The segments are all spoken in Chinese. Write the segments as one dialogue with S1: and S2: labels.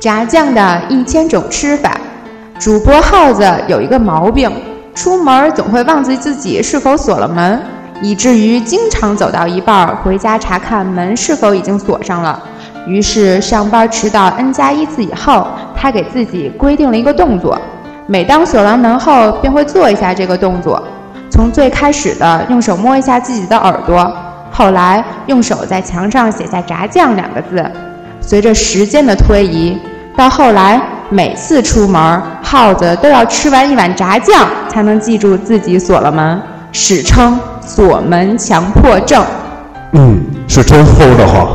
S1: 炸酱的一千种吃法。主播耗子有一个毛病，出门总会忘记自己是否锁了门，以至于经常走到一半儿回家查看门是否已经锁上了。于是上班迟到 n 加一次以后，他给自己规定了一个动作，每当锁完门后便会做一下这个动作。从最开始的用手摸一下自己的耳朵，后来用手在墙上写下“炸酱”两个字。随着时间的推移，到后来每次出门，耗子都要吃完一碗炸酱才能记住自己锁了门，史称“锁门强迫症”。
S2: 嗯，是真齁的慌。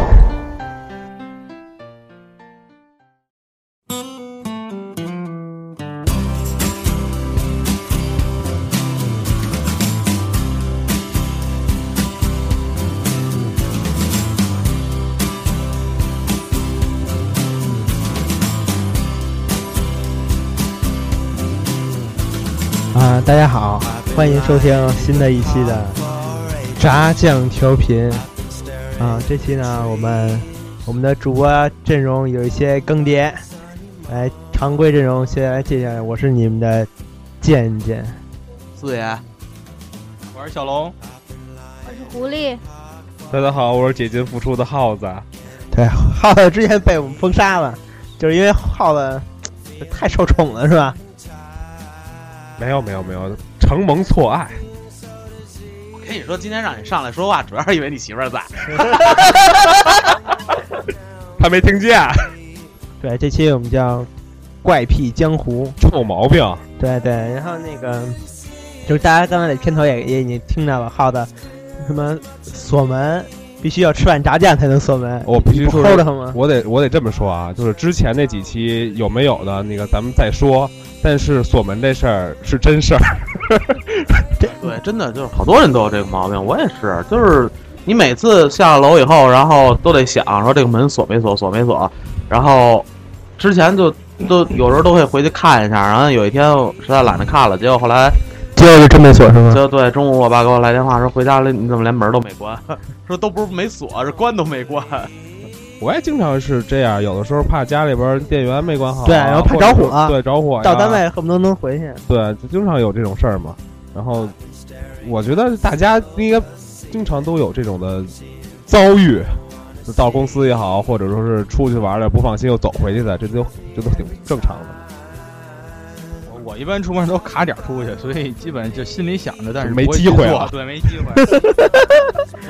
S3: 啊、大家好，欢迎收听新的一期的炸酱调频。啊、这期呢，我们我们的主播阵容有一些更迭，来常规阵容先来介绍一下，我是你们的健健。
S4: 四爷，
S5: 我是小龙。
S6: 我是狐狸，
S5: 大家好，我是解禁复出的耗子。
S3: 对，耗子之前被我们封杀了，就是因为耗子太受宠了，是吧？
S5: 没有没有没有，承蒙错爱。
S4: 我跟你说，今天让你上来说话，主要是因为你媳妇儿在。
S5: 他没听见，
S3: 对，这期我们叫怪癖江湖。
S5: 臭毛病。
S3: 对对，然后那个就是大家刚才在片头也也已经听到了，耗子什么锁门必须要吃碗炸酱才能锁门，
S5: 我必须
S3: 不
S5: 说，
S3: 齁的慌吗？
S5: 我得我得这么说啊，就是之前那几期有没有的那个咱们再说，但是锁门这事儿是真事儿。
S4: 对，真的就是好多人都有这个毛病，我也是，就是你每次下楼以后，然后都得想说这个门锁没锁，锁没锁，然后之前就都有时候都会回去看一下，然后有一天我实在懒得看了，结果后来
S3: 结果就真没锁是吗？
S4: 就对中午我爸给我来电话说回家了，你怎么连门都没关？ 说都不是没锁，是关都没关。
S5: 我也经常是这样，有的时候怕家里边儿电源没关好啊，
S3: 对然后怕着火
S5: 或者是对着火呀
S3: 到单位恨不得能回去。
S5: 对，就经常有这种事儿嘛。然后，我觉得大家应该经常都有这种的遭遇，就到公司也好，或者说是出去玩了不放心又走回去的，这都这都挺正常的。
S7: 我我一般出门都卡点儿出去，所以基本就心里想着，但是
S5: 没
S7: 不会
S5: 机
S7: 去
S5: 会
S7: 做
S5: 了
S7: 对，没机会。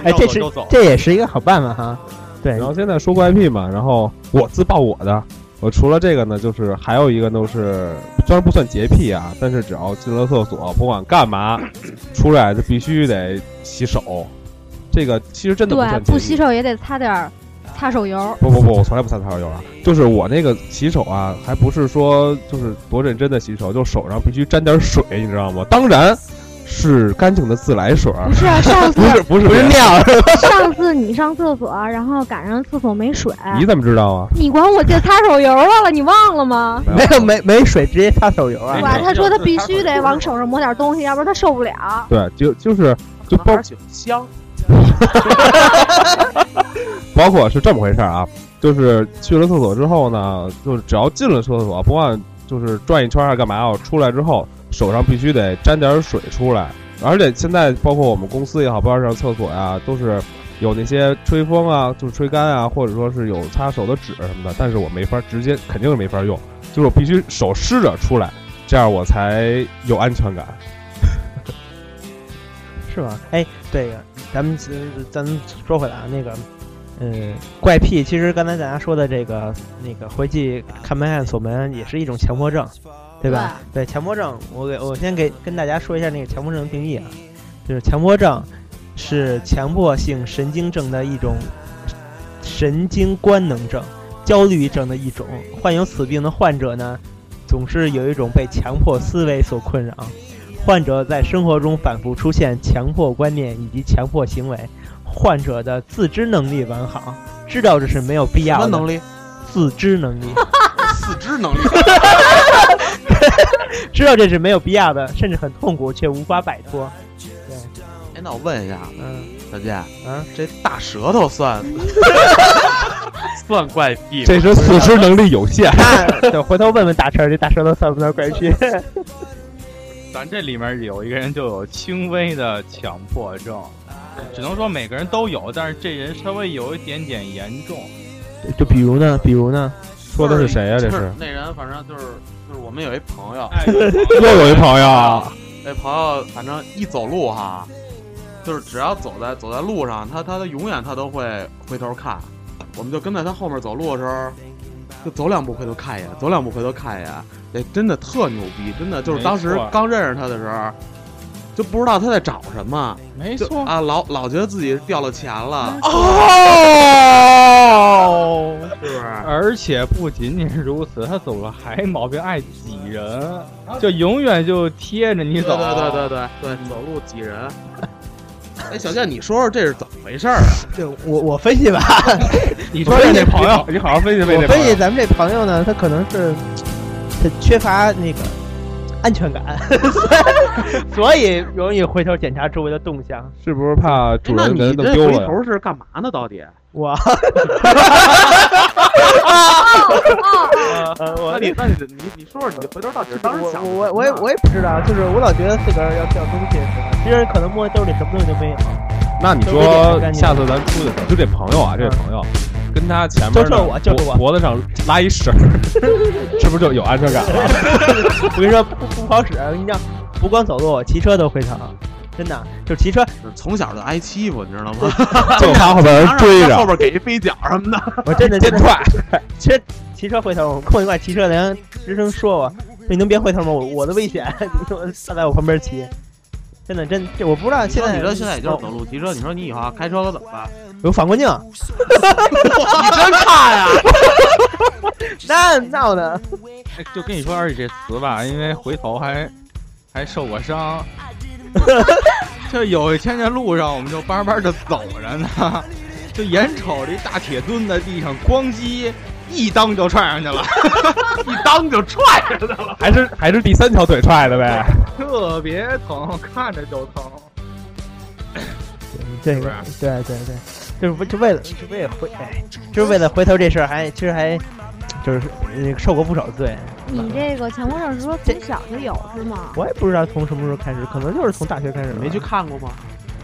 S3: 哎，
S7: 要
S3: 这
S7: 走
S3: 是
S7: 就走
S3: 这也是一个好办法哈。对
S5: 然，后现在说怪癖嘛，然后我自曝我的，我除了这个呢，就是还有一个都是虽然不算洁癖啊，但是只要进了厕所，不管干嘛，出来就必须得洗手。这个其实真的不
S6: 对啊
S5: 算，洁
S6: 不
S5: 癖
S6: 洗手也得擦点儿擦手油。
S5: 不不不，我从来不擦擦手油啊。就是我那个洗手啊，还不是说就是多认真的洗手，就手上必须沾点水，你知道吗？当然是干净的自来水儿，
S6: 不是啊上次
S5: 不是不是不是尿。
S6: 上次你上厕所，然后赶上厕所没水，
S5: 你怎么知道啊？
S6: 你管我借擦手油来了，你忘了吗？
S3: 没有没没水直接擦手油
S6: 对
S3: 啊。
S6: 吧？
S7: 没有
S6: 他说他必须
S7: 就是擦手
S6: 得
S7: 油
S6: 往手上抹点东西，要不然他受不了。
S5: 对，就就是就包
S4: 喜欢香，
S5: 包括是这么回事儿啊，就是去了厕所之后呢，就是只要进了厕所，不管就是转一圈儿啊干嘛啊，出来之后手上必须得沾点儿水出来。而且现在包括我们公司也好，包括上厕所呀、都是有那些吹风啊，就是吹干啊，或者说是有擦手的纸什么的。但是我没法直接，肯定是没法用，就是我必须手湿着出来，这样我才有安全感。
S3: 是吗？哎，对呀，咱们呃咱们说回来啊，那个，嗯，怪癖，其实刚才大家说的这个那个回去看门看锁门也是一种强迫症，对吧？对，强迫症，我给我先给跟大家说一下那个强迫症的定义啊，就是强迫症是强迫性神经症的一种神经官能症、焦虑症的一种。患有此病的患者呢，总是有一种被强迫思维所困扰。患者在生活中反复出现强迫观念以及强迫行为，患者的自知能力完好，知道这是没有必
S4: 什
S3: 要
S4: 么
S3: 的。
S4: 能力？
S3: 自知能力，
S4: 四肢 能力。
S3: 知道这是没有必要的，甚至很痛苦却无法摆脱。对，
S4: 啊哎，那我问一下，
S3: 嗯，
S4: 小健，
S3: 啊，
S4: 这大舌头算算怪癖吗。
S5: 这是自知能力有限。
S3: 对，回头问问大车，这大车都算不算怪 癖？
S7: 咱这里面有一个人就有轻微的强迫症，只能说每个人都有，但是这人稍微有一点点严重。
S3: 就比如呢，比如呢，
S5: 说的是谁啊呀、这是
S4: 那人，反正就是就是我们有一朋友，
S7: 哎，
S5: 又有一朋友，
S4: 那朋友反正一走路哈，就是只要走在走在路上，他他他永远他都会回头看，我们就跟在他后面走路的时候，就走两步回头看一眼，走两步回头看一眼，哎，真的特牛逼，真的就是当时
S7: 没错
S4: 刚认识他的时候，就不知道他在找什么，
S7: 没
S4: 就
S7: 错，
S4: 啊老老觉得自己掉了钱了，
S7: 哦，
S4: 是不是？
S7: 而且不仅仅是如此，他走了还毛病爱挤人，就永远就贴着你
S4: 啊对
S7: 走。
S4: 对对对对对，走路挤人。哎，小健，你说说这是怎么回事儿啊？
S3: 这我我分析吧，
S7: 你
S3: 说
S7: 说
S3: 这
S7: 这
S3: 那
S7: 朋友，
S5: 你好好分析分析
S3: 我
S5: 这
S3: 分
S5: 朋
S3: 析
S5: 友。
S3: 咱们这朋友呢，他可能是他缺乏那个安全 感，所以容易回头检查周围的动向。
S5: 是不是怕主
S4: 哎那
S5: 人
S4: 你
S5: 给他
S4: 这
S5: 弄丢
S4: 回
S5: 了呀？
S4: 头是干嘛呢？到底？
S3: 哇，我
S4: 那你那你你你说说，你回头到底是当时想
S3: 呃我我我也我也不知道，就是我老觉得自个儿要掉东西似的，其实可能摸兜里什么东西都没有。
S5: 那你说下次咱出去的时候，就这朋友啊，这朋友，跟他前面
S3: 就是我
S5: 的
S3: 就是我
S5: 脖脖子上拉一绳儿，是不是就有安全感了？
S3: 我跟你说，不不好使，我跟你讲，不光走路，骑车都会疼，真的，就骑车，
S4: 从小就挨欺负，你知道吗？
S5: 就怕后边人追
S4: 后
S5: 着，
S4: 边给一飞脚什么的。
S3: 我真的
S5: 真
S3: 真的，
S5: 踹。
S3: 其实骑车回头，我跟我一块骑车的人直声说我，你能别回头吗？我我的危险， 你他妈站在我旁边骑，真的真，这我不知道现在
S4: 你说现在也就是走路骑车，你说你以后开车可怎么办？
S3: 有反光 镜，
S4: 你真怕 呀！
S3: 那闹的，
S7: 哎就跟你说，而且这词吧，因为回头还还受过伤。 就有一天在路上，我们就巴巴的走着呢，就眼瞅着一大铁墩在地上咣叽一裆就踹上去了，
S4: 一当就踹上去了。
S5: 还是还是第三条腿踹的呗。
S7: 特别疼，看着就疼。
S3: 这个对对对，就是为就为了就为了回，哎，就是为了回头这事儿，还其实还就是呃受过不少罪。
S6: 你这个强迫症是说从小就有是吗？
S3: 我也不知道从什么时候开始，可能就是从大学开始吧。
S4: 没去看过吗？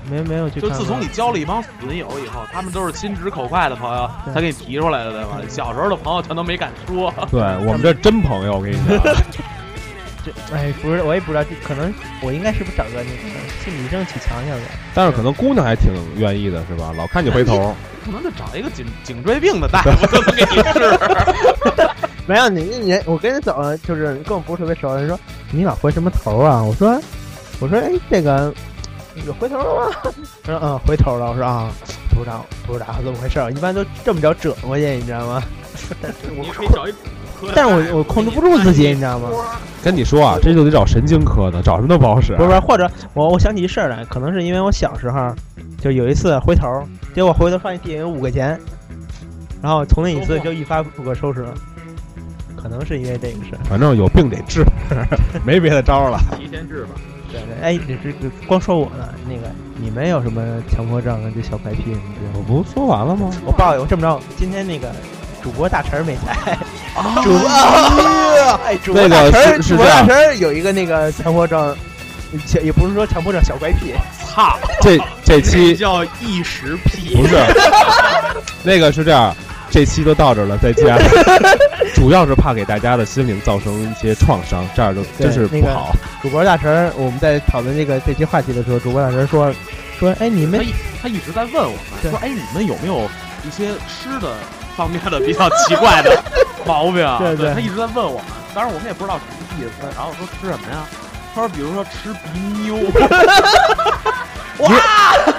S3: 没没有去
S4: 就
S3: 看过。
S4: 自从你交了一帮损友以后，他们都是心直口快的朋友
S3: 对
S4: 才给你提出来的，对吧？小时候的朋友全都没敢说。
S5: 对我们这真朋友，我跟你讲，
S3: 这，哎，不是，我也不知道，这可能我应该是不是找个那个心理医生去瞧瞧呗。
S5: 但是可能姑娘还挺愿意的，是吧？老看你回头，
S4: 可能就找一个颈颈椎病的大夫就能给你治。
S3: 没有你你我跟人走，就是跟我不是特别熟，人说你老回什么头啊？我说我说哎这个有回头了吗？他说嗯回头了。我说啊不知道不知道怎么回事儿，一般都这么着折过去，你知道吗？ 但是我
S7: 你可以找一，
S3: 但是我我控制不住自己，你知道吗？
S5: 跟你说啊，这就得找神经科的，找什么都不好使啊
S3: 不。是不是，或者我我想起一事儿来，可能是因为我小时候就有一次回头，结果回头发现地上有五块钱，然后从那一次就一发不可收拾了，可能是因为这个事儿。
S5: 反正有病得治，没别的招了。
S7: 提前治吧。
S3: 对对，哎，你这这光说我呢，那个你们有什么强迫症啊，这小怪癖什么之类
S5: 我
S3: 的？
S5: 不说完了吗？
S3: 我报有这么着，今天那个主播大陈儿没来， 主播 哎，主播
S5: 那
S3: 大
S5: 个
S3: 陈儿，
S5: 是是
S3: 主播
S5: 这
S3: 大
S5: 样
S3: 陈儿有一个那个强迫症，强也不是说强迫症，小怪癖。
S4: 操！
S5: 这这期
S4: 叫一时癖。
S5: 不是， 那个是这样，这期就到这儿了，再见。主要是怕给大家的心灵造成一些创伤，这样就真是
S3: 对
S5: 不好。
S3: 主播大神儿，我们在讨论这个这期话题的时候，主播大神儿说说，哎，你们
S4: 哎他一直在问我
S3: 对
S4: 们说：“哎，你们有没有一些吃的方面的比较奇 怪的毛病啊？”
S3: 对对
S4: 他一直在问我们，当然我们也不知道什么意思。然后我说吃什么呀？他说：“比如说吃鼻妞，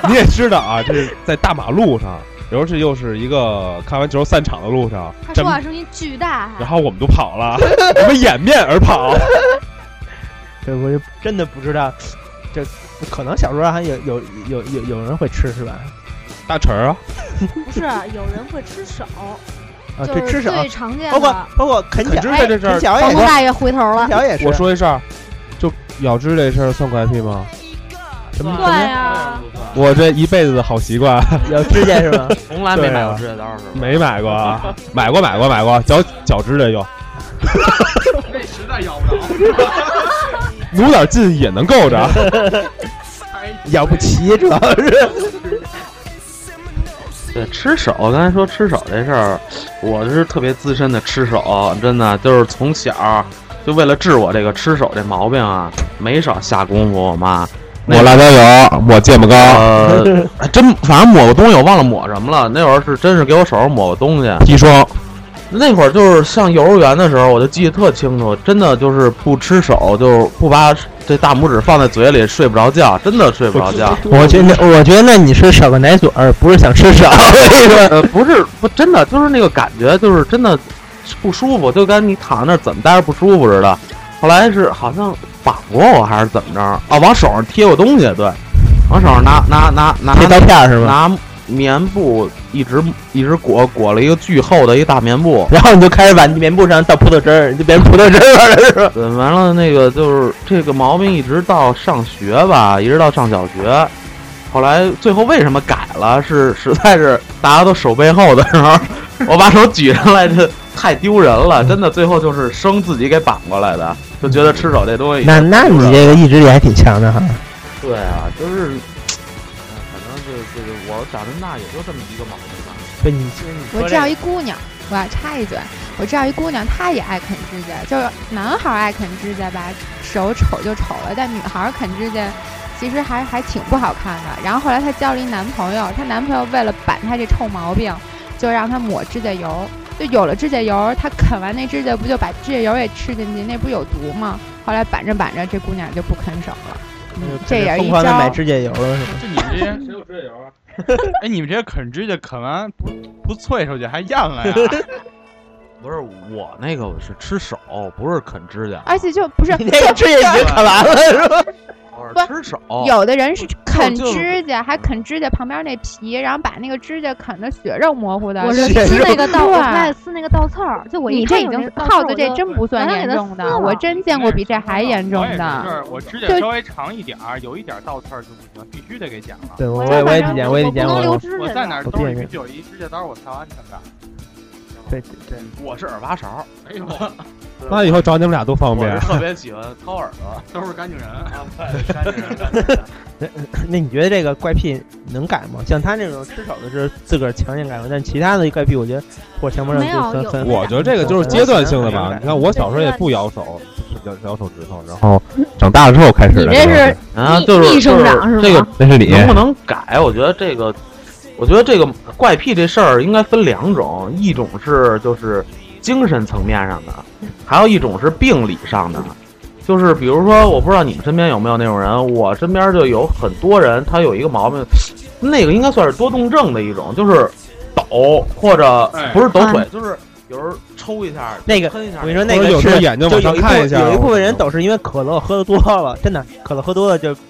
S5: 你也知道啊，这是在大马路上，尤其又是一个看完球散场的路上，
S6: 他
S5: 咱
S6: 说
S5: 们
S6: 话声音巨大，啊
S5: 然后我们就跑了， 我们掩面而跑。
S3: 对我就真的不知道，这可能小时候还有有有有有人会吃是吧？
S5: 大成儿啊，
S6: 不是啊有人会吃手，
S3: 啊，
S6: 就
S3: 对，吃
S6: 是
S3: 手，
S6: 最常见
S3: 包括哎
S6: 的。
S3: 包括啃脚
S5: 肯，知在这事
S3: 啃
S5: 儿。
S3: 脚也
S6: 皇
S3: 是，
S6: 宫大爷回头
S3: 啃
S6: 了，
S3: 脚也是。
S5: 我说一声，就咬肢这事儿算怪癖吗？
S3: 什么
S6: 啊算呀、
S4: 不算
S5: 我这一辈子的好习惯
S3: 有指甲是 吧？
S4: 从来没买过指甲刀是吧？
S5: 没买过，啊，买过买过买过，脚脚 指甲有，
S7: 那实在咬不着，
S5: 努点劲也能够着。
S3: 养不齐主 要是。
S4: 对，
S3: 啊
S4: 吃手，刚才说吃手这事儿，我是特别资深的吃手，真的就是从小就为了治我这个吃手这毛病啊，没少下功夫。我妈，那
S2: 抹辣椒油，抹芥末
S3: 啊
S2: 膏，
S4: 呃，还真反正抹过东西，我忘了抹什么了。那会儿是真是给我手上抹过东西。
S2: 砒霜，
S4: 那会儿就是上幼儿园的时候，我就记得特清楚，真的就是不吃手，就是不把这大拇指放在嘴里，睡不着觉，真的睡不着觉。
S3: 我觉得，我觉得你是少个奶嘴儿，不是想吃少。我跟你说，
S4: 呃，不是，不真的就是那个感觉，就是真的是不舒服，就跟你躺那儿怎么待着不舒服似的。后来是好像绑过我还是怎么着啊？往手上贴过东西，对，往手上拿拿拿拿
S3: 贴刀片儿是吧？
S4: 拿棉布一直一直裹裹了一个巨厚的一大棉布，
S3: 然后你就开始往棉布上倒葡萄汁儿，你就变成葡萄汁儿了，是吧？
S4: 对，完了那个就是这个毛病一直到上学吧，一直到上小学，后来最后为什么改了？是实在是大家都手背后的时候，我把手举上来，这太丢人了，真的。最后就是生自己给绑过来的，就觉得吃手这东西。
S3: 那那你这个意志力还挺强的哈。
S4: 对啊，就是，哎反正就这个我长这么大也就这么一个毛病吧。
S3: 对，你
S4: 其实你
S1: 我知道一姑娘，我要插一嘴，我知道一姑娘，她也爱啃指甲，就是男孩儿爱啃指甲吧，手丑就丑了，但女孩儿啃指甲其实还还挺不好看的。然后后来她交了一男朋友，她男朋友为了板她这臭毛病，就让她抹指甲油，就有了指甲油，她啃完那指甲不就把指甲油也吃进去，那不有毒吗？后来板着板着，这姑娘就不啃手了。嗯，这也是
S3: 疯
S1: 一
S3: 狂的买
S1: 招。
S3: 指甲油了，是吧？
S7: 就你们这些谁有指甲油啊？ 哎，你们这些啃指甲啃完不不啐出去还咽 了呀？
S4: 不是我那个是吃手，不是啃指
S6: 哎
S4: 甲，
S1: 而且就不是
S3: 你那个指甲已经啃完了，是吧？
S4: 我是吃手。
S3: 哦
S1: 有的人是啃
S4: 就
S1: 指甲，还啃指甲旁边那皮，然后把那个指甲啃得血肉模糊的。
S6: 我
S1: 就是是
S6: 撕那个
S1: 对
S6: 倒，我是在撕那个倒刺儿，就我一
S1: 你这
S6: 看
S1: 已
S6: 有那
S1: 经
S6: 个倒刺儿
S1: 耗子这
S6: 我就
S1: 真不算严重
S6: 我就
S1: 的，
S6: 我就
S1: 我真见过比这还严重
S7: 我也
S1: 的。
S7: 是我指甲
S1: 对
S7: 稍微长一点儿，有一点儿倒刺儿就不行，必须得给剪了。
S3: 对，我
S6: 我
S3: 我
S6: 也
S3: 我也体检，我也体检，
S6: 不能留
S3: 我
S6: 指甲
S7: 我
S6: 的
S7: 在哪儿
S3: 我
S7: 兜
S3: 变
S7: 里
S3: 人
S7: 必须有一指甲刀，我才安全感。
S3: 对对对，
S4: 我是耳挖勺，
S7: 哎呦，
S5: 那以后找你们俩多方便
S4: 我是。特别喜欢掏耳朵。啊
S7: 都是干净人。
S3: 那你觉得这个怪癖能改吗？像他这种吃手的是自个儿强行改吗？但其他的怪癖，我觉得或者强迫症
S6: 没有
S3: 就
S6: 有
S3: 很很
S5: 我觉得这个就是阶段性的 吧。你看我小时候也不咬手，咬咬手指头，然后
S3: 嗯
S5: 长大了之后开始的。
S6: 你这是
S4: 啊，
S6: 逆
S4: 就是
S6: 逆生长
S4: 就是
S6: 吗
S4: 这个
S5: 那是你
S4: 能不能改？我觉得这个，我觉得这个怪癖这事儿应该分两种，一种是就是精神层面上的，还有一种是病理上的。就是比如说，我不知道你们身边有没有那种人，我身边就有很多人，他有一个毛病，那个应该算是多动症的一种，就是抖或者
S7: 哎
S4: 不是抖腿
S6: 啊，
S4: 就是有时候抽一下，
S3: 那个
S4: 喷一下
S3: 我跟你说，那
S5: 或者
S3: 个
S5: 有时候
S3: 是
S5: 眼睛
S3: 就
S5: 往
S3: 有
S5: 上
S3: 一
S5: 看
S3: 部
S5: 一下，
S3: 有一部分人都是因为可乐喝的多了，真的，可乐喝多了就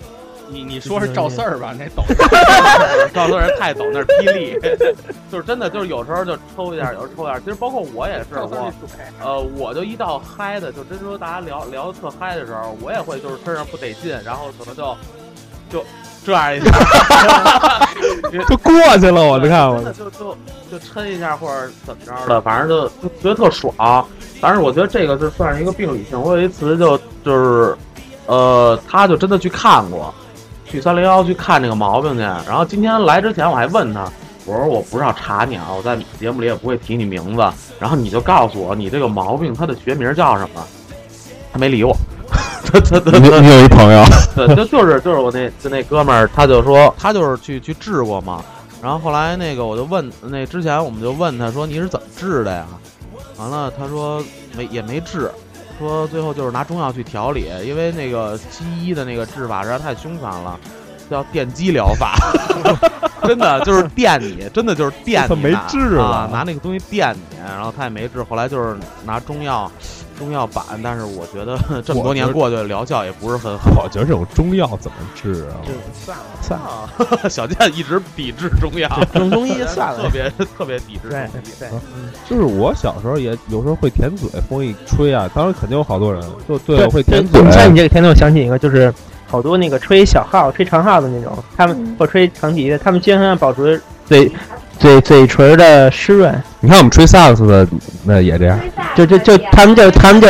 S7: 你你说是赵四儿吧？那抖。
S4: 赵四人太抖，那是霹雳，就是真的，就是有时候就抽一下，有时候抽一下。其实包括我也是，
S7: 赵四儿
S4: 我
S7: 那嘴
S4: 呃，我就一到嗨的，就真说大家聊聊得特嗨的时候，我也会就是身上不得劲，然后可能就就这样一下，
S5: 就过去了。我就哦看
S4: 真
S5: 我
S4: 的就就就抻一下或者怎么着的，反正就就觉得特爽。但是我觉得这个就算是一个病理性。我有一次就就是，呃，他就真的去看过，去三零幺去看这个毛病去。然后今天来之前我还问他，我说我不是要查你啊，我在节目里也不会提你名字，然后你就告诉我你这个毛病它的学名叫什么。他没理我， 他他他
S2: 你
S4: 他
S2: 你有一朋友，
S4: 对，就就是就是我那就那哥们儿，他就说 他就是去去治过嘛，然后后来那个我就问那之前我们就问他说你是怎么治的呀？完了他说没也没治，说最后就是拿中药去调理，因为那个西医的那个治法实在太凶残了，叫电击疗法， 真的就是电你，真的就是电
S5: 他
S4: 你，
S5: 没治了
S4: 啊，拿那个东西电你，然后他也没治，后来就是拿中药。中药版，但是我觉得 这么多
S5: 我觉
S4: 年
S5: 得
S4: 过去，疗效也不是很好。
S5: 我觉得这种中药怎么治啊？
S3: 就算了算了，
S4: 啊 小健一直抵制中药，
S3: 这种东西就算
S4: 特
S3: 了。
S4: 别特别抵制中
S3: 对
S4: 医。
S3: 对，
S5: 就是我小时候也有时候会舔嘴，风一吹啊，当然肯定有好多人就对
S3: 对
S5: 我会舔
S3: 就
S5: 嘴
S3: 就。像你这个甜头，我想起一个，就是好多那个吹小号、吹长号的那种，他们
S6: 嗯
S3: 或吹长笛的，他们经常要保持嘴嘴嘴唇的湿润，
S5: 你看我们吹萨克斯的，那也这样。
S3: 就就就他们就他们就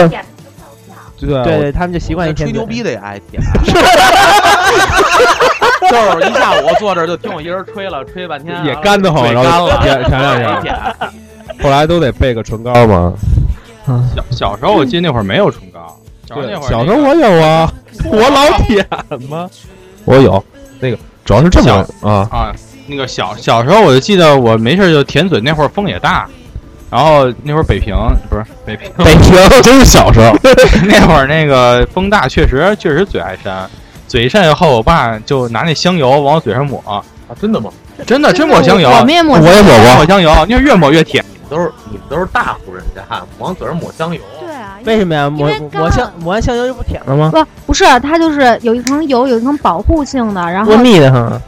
S5: 对啊
S3: 对，他们就习惯一天
S4: 吹牛
S3: 嘴
S4: 逼的也爱舔，啊 就是一下午坐这儿就听我一人吹了，吹半天
S5: 也干得慌，
S4: 嘴
S5: 然
S4: 干
S5: 后
S4: 了，
S5: 舔舔两下，
S4: 下。
S5: 后来都得备个唇膏嘛。啊
S7: 小小时候我记得那会儿没有唇膏，小时候
S5: 对
S7: 那，会儿
S5: 小时
S7: 那
S5: 候
S7: 个
S5: 我有啊， 我老舔嘛，我有那个，主要是这么啊，
S7: 啊，那个小小时候我就记得我没事儿就舔嘴，那会儿风也大，然后那会儿北平不是北平，
S5: 北平真是小时候，
S7: 那会儿那个风大，确实确实嘴爱扇，嘴一扇以后，我爸就拿那香油往我嘴上抹，
S4: 啊，真的吗？
S7: 真的真抹香油，
S3: 哦
S8: 我们也抹
S5: 我也抹
S7: 抹
S5: 过，
S7: 香油，那越抹越甜。
S4: 你们都是你们都是大户人家，往嘴上抹香油。
S8: 对啊，
S3: 为什么呀？抹
S8: 因为干
S3: 抹香抹完香油就不舔
S5: 啊
S3: 了吗？
S6: 不不是，啊它就是有一层油，有一层保护性的，然后
S3: 多腻的很，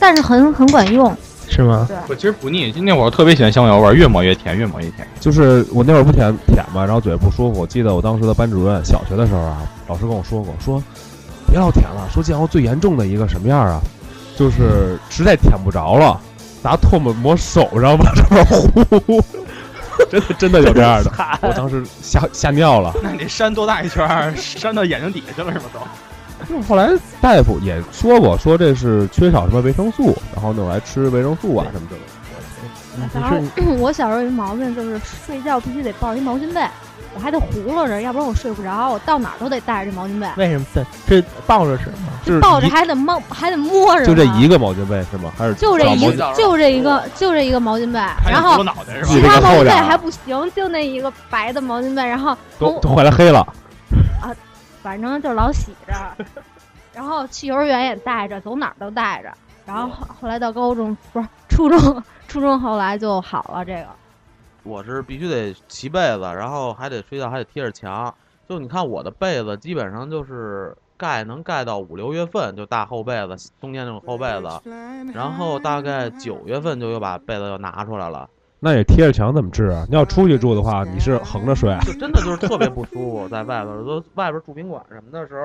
S6: 但是很很管用。
S3: 是吗？
S7: 我其实不腻，就那会儿我特别喜欢香油味儿，越抹越甜，越抹越甜。
S5: 就是我那会儿不舔舔嘛，然后嘴不舒服。我记得我当时的班主任，小学的时候啊，老师跟我说过，说别老舔了，说见过最严重的一个什么样啊，就是实在舔不着了，拿唾沫抹手上往上面糊， 真的真的有这样的， 我当时吓吓尿了。
S7: 那你这扇多大一圈儿，扇到眼睛底下去了是吗？都
S5: 后来大夫也说过，说这是缺少什么维生素，然后呢我来吃维生素啊什么的。
S3: 你
S6: 然
S3: 说
S6: 后
S3: 你
S6: 我小时候有一毛病，就是睡觉必须得抱一毛巾被，我还得糊弄着，要不然我睡不着，我到哪儿都得带着这毛巾被，
S3: 为什么对？是抱着吃吗？
S5: 就是
S6: 抱着
S5: 一
S6: 还得摸，还得摸着呢。
S5: 就这一个毛巾被是吗？还是
S6: 就这
S5: 找毛
S6: 一
S5: 巾
S6: 就这一个就这一个毛巾被，然后
S7: 脑袋是
S5: 你
S6: 其
S5: 这
S6: 他
S5: 个
S6: 毛
S5: 后
S6: 巾被
S5: 脸啊
S6: 还不行，就那一个白的毛巾被，然后
S5: 都都回来黑了。
S6: 反正就老洗着，然后去幼儿园也带着，走哪儿都带着，然后后后来到高中不是初中，初中后来就好了这个。
S4: 我是必须得齐被子，然后还得睡觉还得贴着墙。就你看我的被子，基本上就是盖能盖到五六月份，就大厚被子，冬天那种厚被子。然后大概九月份就又把被子又拿出来了，
S5: 那也贴着墙怎么治啊？你要出去住的话，你是横着睡 啊，
S4: 就真的就是特别不舒服，在外边儿都外边儿住宾馆什么的时候，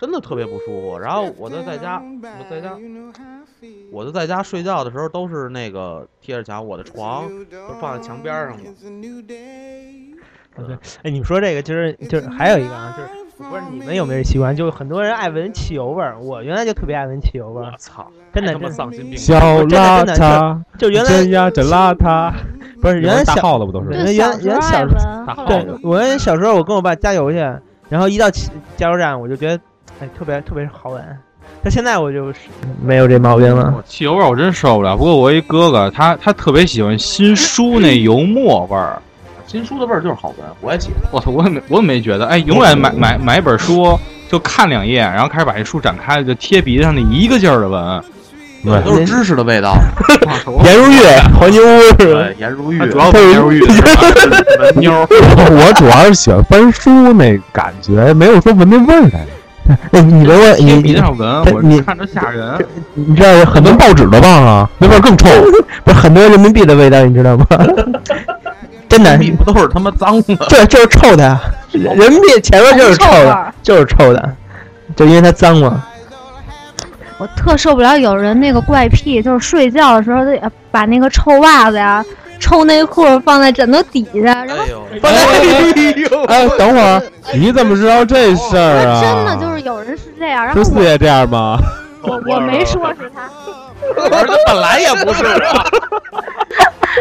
S4: 真的特别不舒服。然后我就在家，我在家，我就在家睡觉的时候都是那个贴着墙，我的床都放在墙边儿上嘛。
S3: 哎，你们说这个就是
S8: 嗯
S3: 就是还有一个啊，就是我不是你们有没有这习惯？就是很多人爱闻汽油味儿，我原来就特别爱闻汽油味儿
S4: 我，操，
S3: 真的
S4: 太他妈
S3: 真的
S4: 丧心病
S5: 小
S4: 狂。
S5: 邋遢，
S3: 就原来
S5: 真呀真邋遢，
S3: 不是原来
S5: 大
S3: 小
S5: 耗子不都是？
S3: 对原
S6: 小时
S3: 原
S6: 候
S3: 小
S6: 爱
S3: 时候
S6: 闻，
S4: 大
S6: 后来
S3: 对
S4: 耗子
S3: 我原小时候我跟我爸加油去，然后一到汽加油站我就觉得哎特别特别好闻，但现在我就是没有这毛病了。
S7: 我汽油味儿我真受不了。不过我一哥哥，他他特别喜欢新书那油墨味儿。
S4: 新书的味儿就是好闻，我也喜欢。
S7: 我操，我也没我也没觉得，哎，永远买买买一本书，就看两页，然后开始把这书展开，就贴鼻子上，那一个劲儿的闻。
S5: 对
S4: 都是知识的味道，
S5: 颜如玉，黄金屋是吧？
S4: 对，颜如玉
S7: 他。主要是入狱，闻妞 儿。
S5: 我主要是喜欢翻书那感觉，没有说闻那味儿来。
S3: 哎，你闻闻
S7: 贴鼻子上闻，我
S3: 你
S7: 看着吓人。
S3: 你知道
S5: 很多报纸的棒啊，那味儿更臭。
S3: 不是很多人民币的味道，你知道吗？ 真的，
S4: 不都是他妈脏的？
S3: 这就是臭的，人民币前面就是臭
S6: 臭味
S3: 的
S6: 儿，
S3: 就是臭的，就因为它脏嘛。
S6: 我特受不了有人那个怪癖，就是睡觉的时候得把那个臭袜子呀、臭内裤放在枕头底下，然后
S4: 哎呦，
S5: 哎，等会儿，你怎么知道这事
S3: 哎
S6: 我
S5: 儿
S6: 说哎
S5: 啊？
S6: 真的就是有人是这样，然后
S5: 是四
S6: 我
S5: 爷这样吗？
S6: 我我没说是他，
S4: 本来也 不是，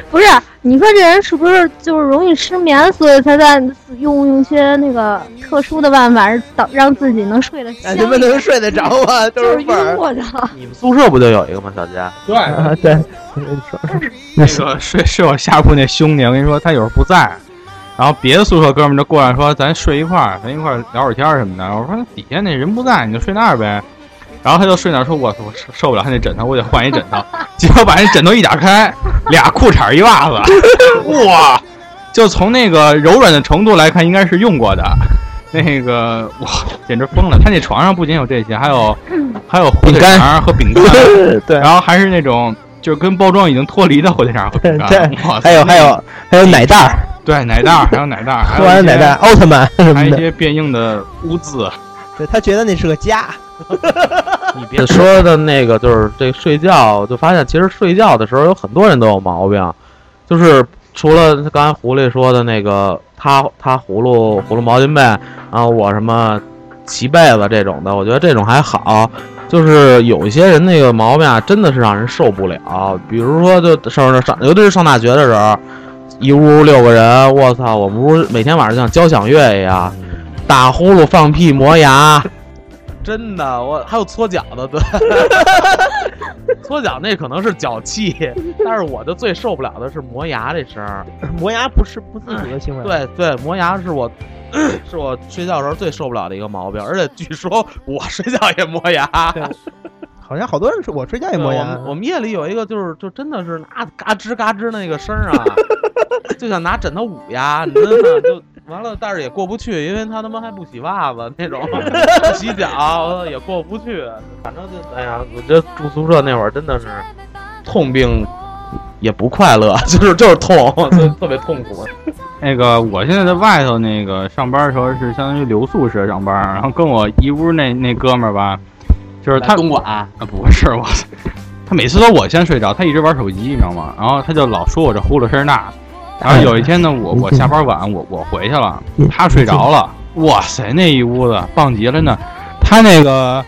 S6: 不是你说这人是不是就是容易失眠，所以才在用用些那个特殊的办法导让自己能睡得
S3: 哎，
S6: 香
S3: 你
S6: 一点，
S3: 们能睡得着 吗？都
S6: 就是
S3: 是
S6: 晕
S3: 味儿。
S6: 过去了。
S4: 你们宿舍不就有一个吗？小杰，
S7: 对，
S3: 啊，对，你说
S7: 那个睡睡我下铺那兄弟，我跟你说，他有时候不在，然后别的宿舍哥们儿就过来说，咱睡一块儿，咱一块儿聊会儿天儿什么的。我说底下那人不在，你就睡那儿呗。然后他就睡那儿，说我我受受不了他那枕头，我得换一枕头。 结果把那枕头一打开，俩裤衩儿一袜子，哇！就从那个柔软的程度来看，应该是用过的。那个哇，简直疯了！他那床上不仅有这些，还有还有火腿
S3: 饼干
S7: 肠儿和饼干，
S3: 对，
S7: 然后还是那种就是跟包装已经脱离的火腿肠和饼干，
S3: 对
S7: 哇塞
S3: 还有还有还有奶袋儿，
S7: 对奶袋儿，还有奶袋儿，还
S3: 喝完了
S7: 有一些
S3: 奶袋，，奥特曼什
S7: 还有
S3: 么
S7: 一
S3: 的，
S7: 些变硬的污渍，
S3: 对他觉得那是个家，
S7: 你别
S4: 你说的那个就是这睡觉，就发现其实睡觉的时候有很多人都有毛病，就是除了刚才狐狸说的那个塌塌葫芦、葫芦毛巾被，然后我什么齐被子这种的，我觉得这种还好。就是有一些人那个毛病啊，真的是让人受不了。比如说，就上上，尤其是上大学的时候，一屋六个人，我操，我们屋每天晚上像交响乐一样，打呼噜、放屁、磨牙， 真的，我还有搓脚的，对， 搓脚那可能是脚气，但是我就最受不了的是磨牙这声儿。
S3: 磨牙不是不自 主的行为。，
S4: 对对，磨牙是我是我睡觉时候最受不了的一个毛病，而且据说我睡觉也磨牙。
S3: 好像好多人说我睡觉也磨
S4: 对
S3: 牙
S4: 我。们我们夜里有一个，就是就真的是拿嘎吱嘎吱那个声儿啊，就想拿枕头捂呀，你真的就完了，但是也过不去，因为他他妈还不洗袜子那种，不洗脚我操也过不去。反正就哎呀，我觉得住宿舍那会儿真的是痛并也不快乐， 就是就是痛，就特别痛苦。
S7: 那个，我现在在外头那个上班的时候是相当于留宿舍上班，然后跟我一屋那那哥们儿吧，就是他
S4: 东莞，
S7: 啊，不是我，他每次都我先睡着，他一直玩手机，你知道吗？然后他就老说我这呼噜声大。
S3: 啊
S7: 然后有一天呢，我我下班晚，我我回去了，他睡着了。哇塞，那一屋子棒极了呢！他那个，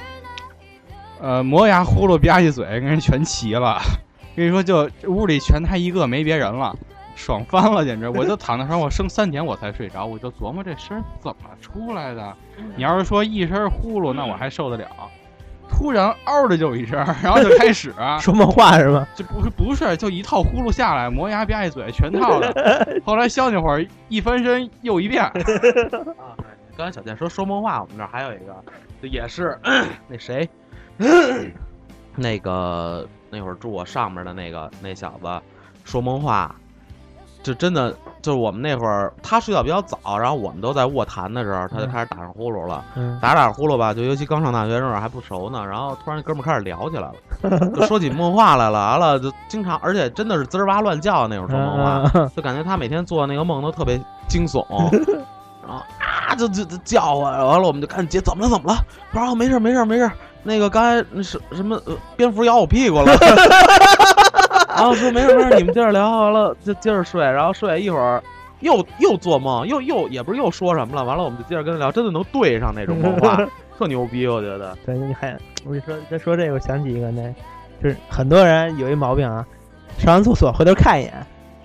S7: 呃，磨牙、呼噜、吧唧嘴，跟人全齐了。 跟你说就，这屋里全他一个，没别人了，爽翻了，简直！我就躺在床上，我生三点我才睡着，我就琢磨这声儿怎么出来的。你要是说一声呼噜，那我还受得了。突然嗷的就一声，然后就开始， 啊
S3: 说梦话是吗？
S7: 这不是不是，就一套呼噜下来，磨牙吧唧嘴全套的。后来消停会儿，一翻身又一遍。
S4: 啊，刚才小健说说梦话，我们这儿还有一个，就也是 那谁，那个那会儿住我上面的那个那小子说梦话，就真的就是我们那会儿他睡觉比较早，然后我们都在卧谈的时候，他就开始打上呼噜了，
S3: 嗯，
S4: 打着打着呼噜吧，就尤其刚上大学那会儿还不熟呢，然后突然哥们儿开始聊起来了，就说起梦话来了，完了就经常，而且真的是滋儿哇乱叫那种说梦话。
S3: 嗯
S4: 就感觉他每天做的那个梦都特别惊悚，然后啊就就就叫唤，完了我们就看姐怎么了怎么了，我说、啊、没事没事没事，那个刚才那是什么、呃蝙蝠咬我屁股了， 然后说没事没事，你们接着聊，完了就接着睡，然后睡一会儿。又又做梦，又又也不是又说什么了，完了我们就接着跟他聊，真的能对上那种梦 话，特牛逼，我觉得。
S3: 对，你还我跟你说，再说这个，我想起一个，那就是很多人有一毛病啊，上完厕所回头看一眼，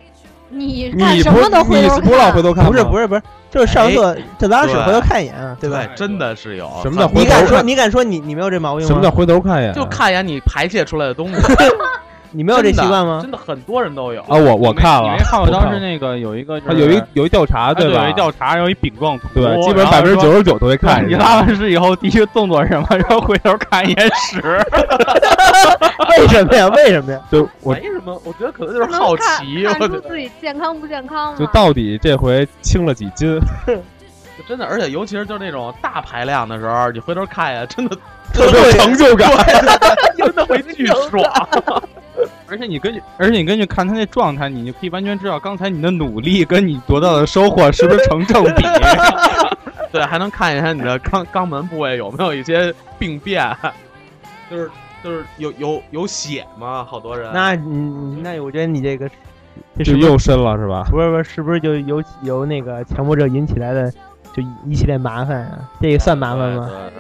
S6: 你看
S5: 你
S6: 什
S5: 不
S6: 么都回
S5: 你
S6: 头
S5: 不老回
S6: 头
S5: 头看吗，
S3: 不是不是不是，就是上完厕所这咱水
S4: 对
S3: 回头看一眼啊，对吧？
S4: 真的是有
S5: 什么叫
S3: 你
S5: 回头
S3: 敢
S5: 看
S3: 说你敢说你你没有这毛病吗？
S5: 什么叫回头看呀？
S4: 就看一眼你排泄出来的东西，
S3: 你没有这习惯吗？
S4: 真的很多人都有。
S5: 啊，我我看
S7: 你
S5: 了
S7: 没，看过
S5: 我看
S7: 当时
S5: 了
S7: 那个有一个、
S5: 啊有一有一调查
S7: 对
S5: 吧？
S7: 有一调查，啊有一饼状图，
S5: 对，基本
S7: 然后
S5: 百分之九
S7: 说。
S5: 十九都会看
S7: 你
S5: 一下
S7: 拉完屎以后第一个动作是什么？然后回头看一眼屎。
S3: 为什么呀？为什么呀？
S5: 就我
S4: 没什么，我觉得可能就是好奇，我
S6: 看
S4: 觉
S6: 出
S4: 得
S6: 自己健康不健康
S5: 就
S6: 吗？
S5: 到底这回轻了几斤？
S4: 就真的，而且尤其是就是那种大排量的时候，你回头看一眼，真的
S5: 特别有成就感。
S4: 真的 会巨爽。
S7: 而且你根据，而且你根据看他那状态，你就可以完全知道刚才你的努力跟你得到的收获是不是成正 比。
S4: 对，还能看一下你的肛肛门部位有没有一些病变，就是就是有有有血吗？好多人
S3: 那你你那我觉得你这个这
S5: 就是
S3: 不是
S5: 又深了是吧？
S3: 不是不是是不是就由由那个强迫症引起来的就一系列麻烦啊？这个算麻烦吗？
S4: 对？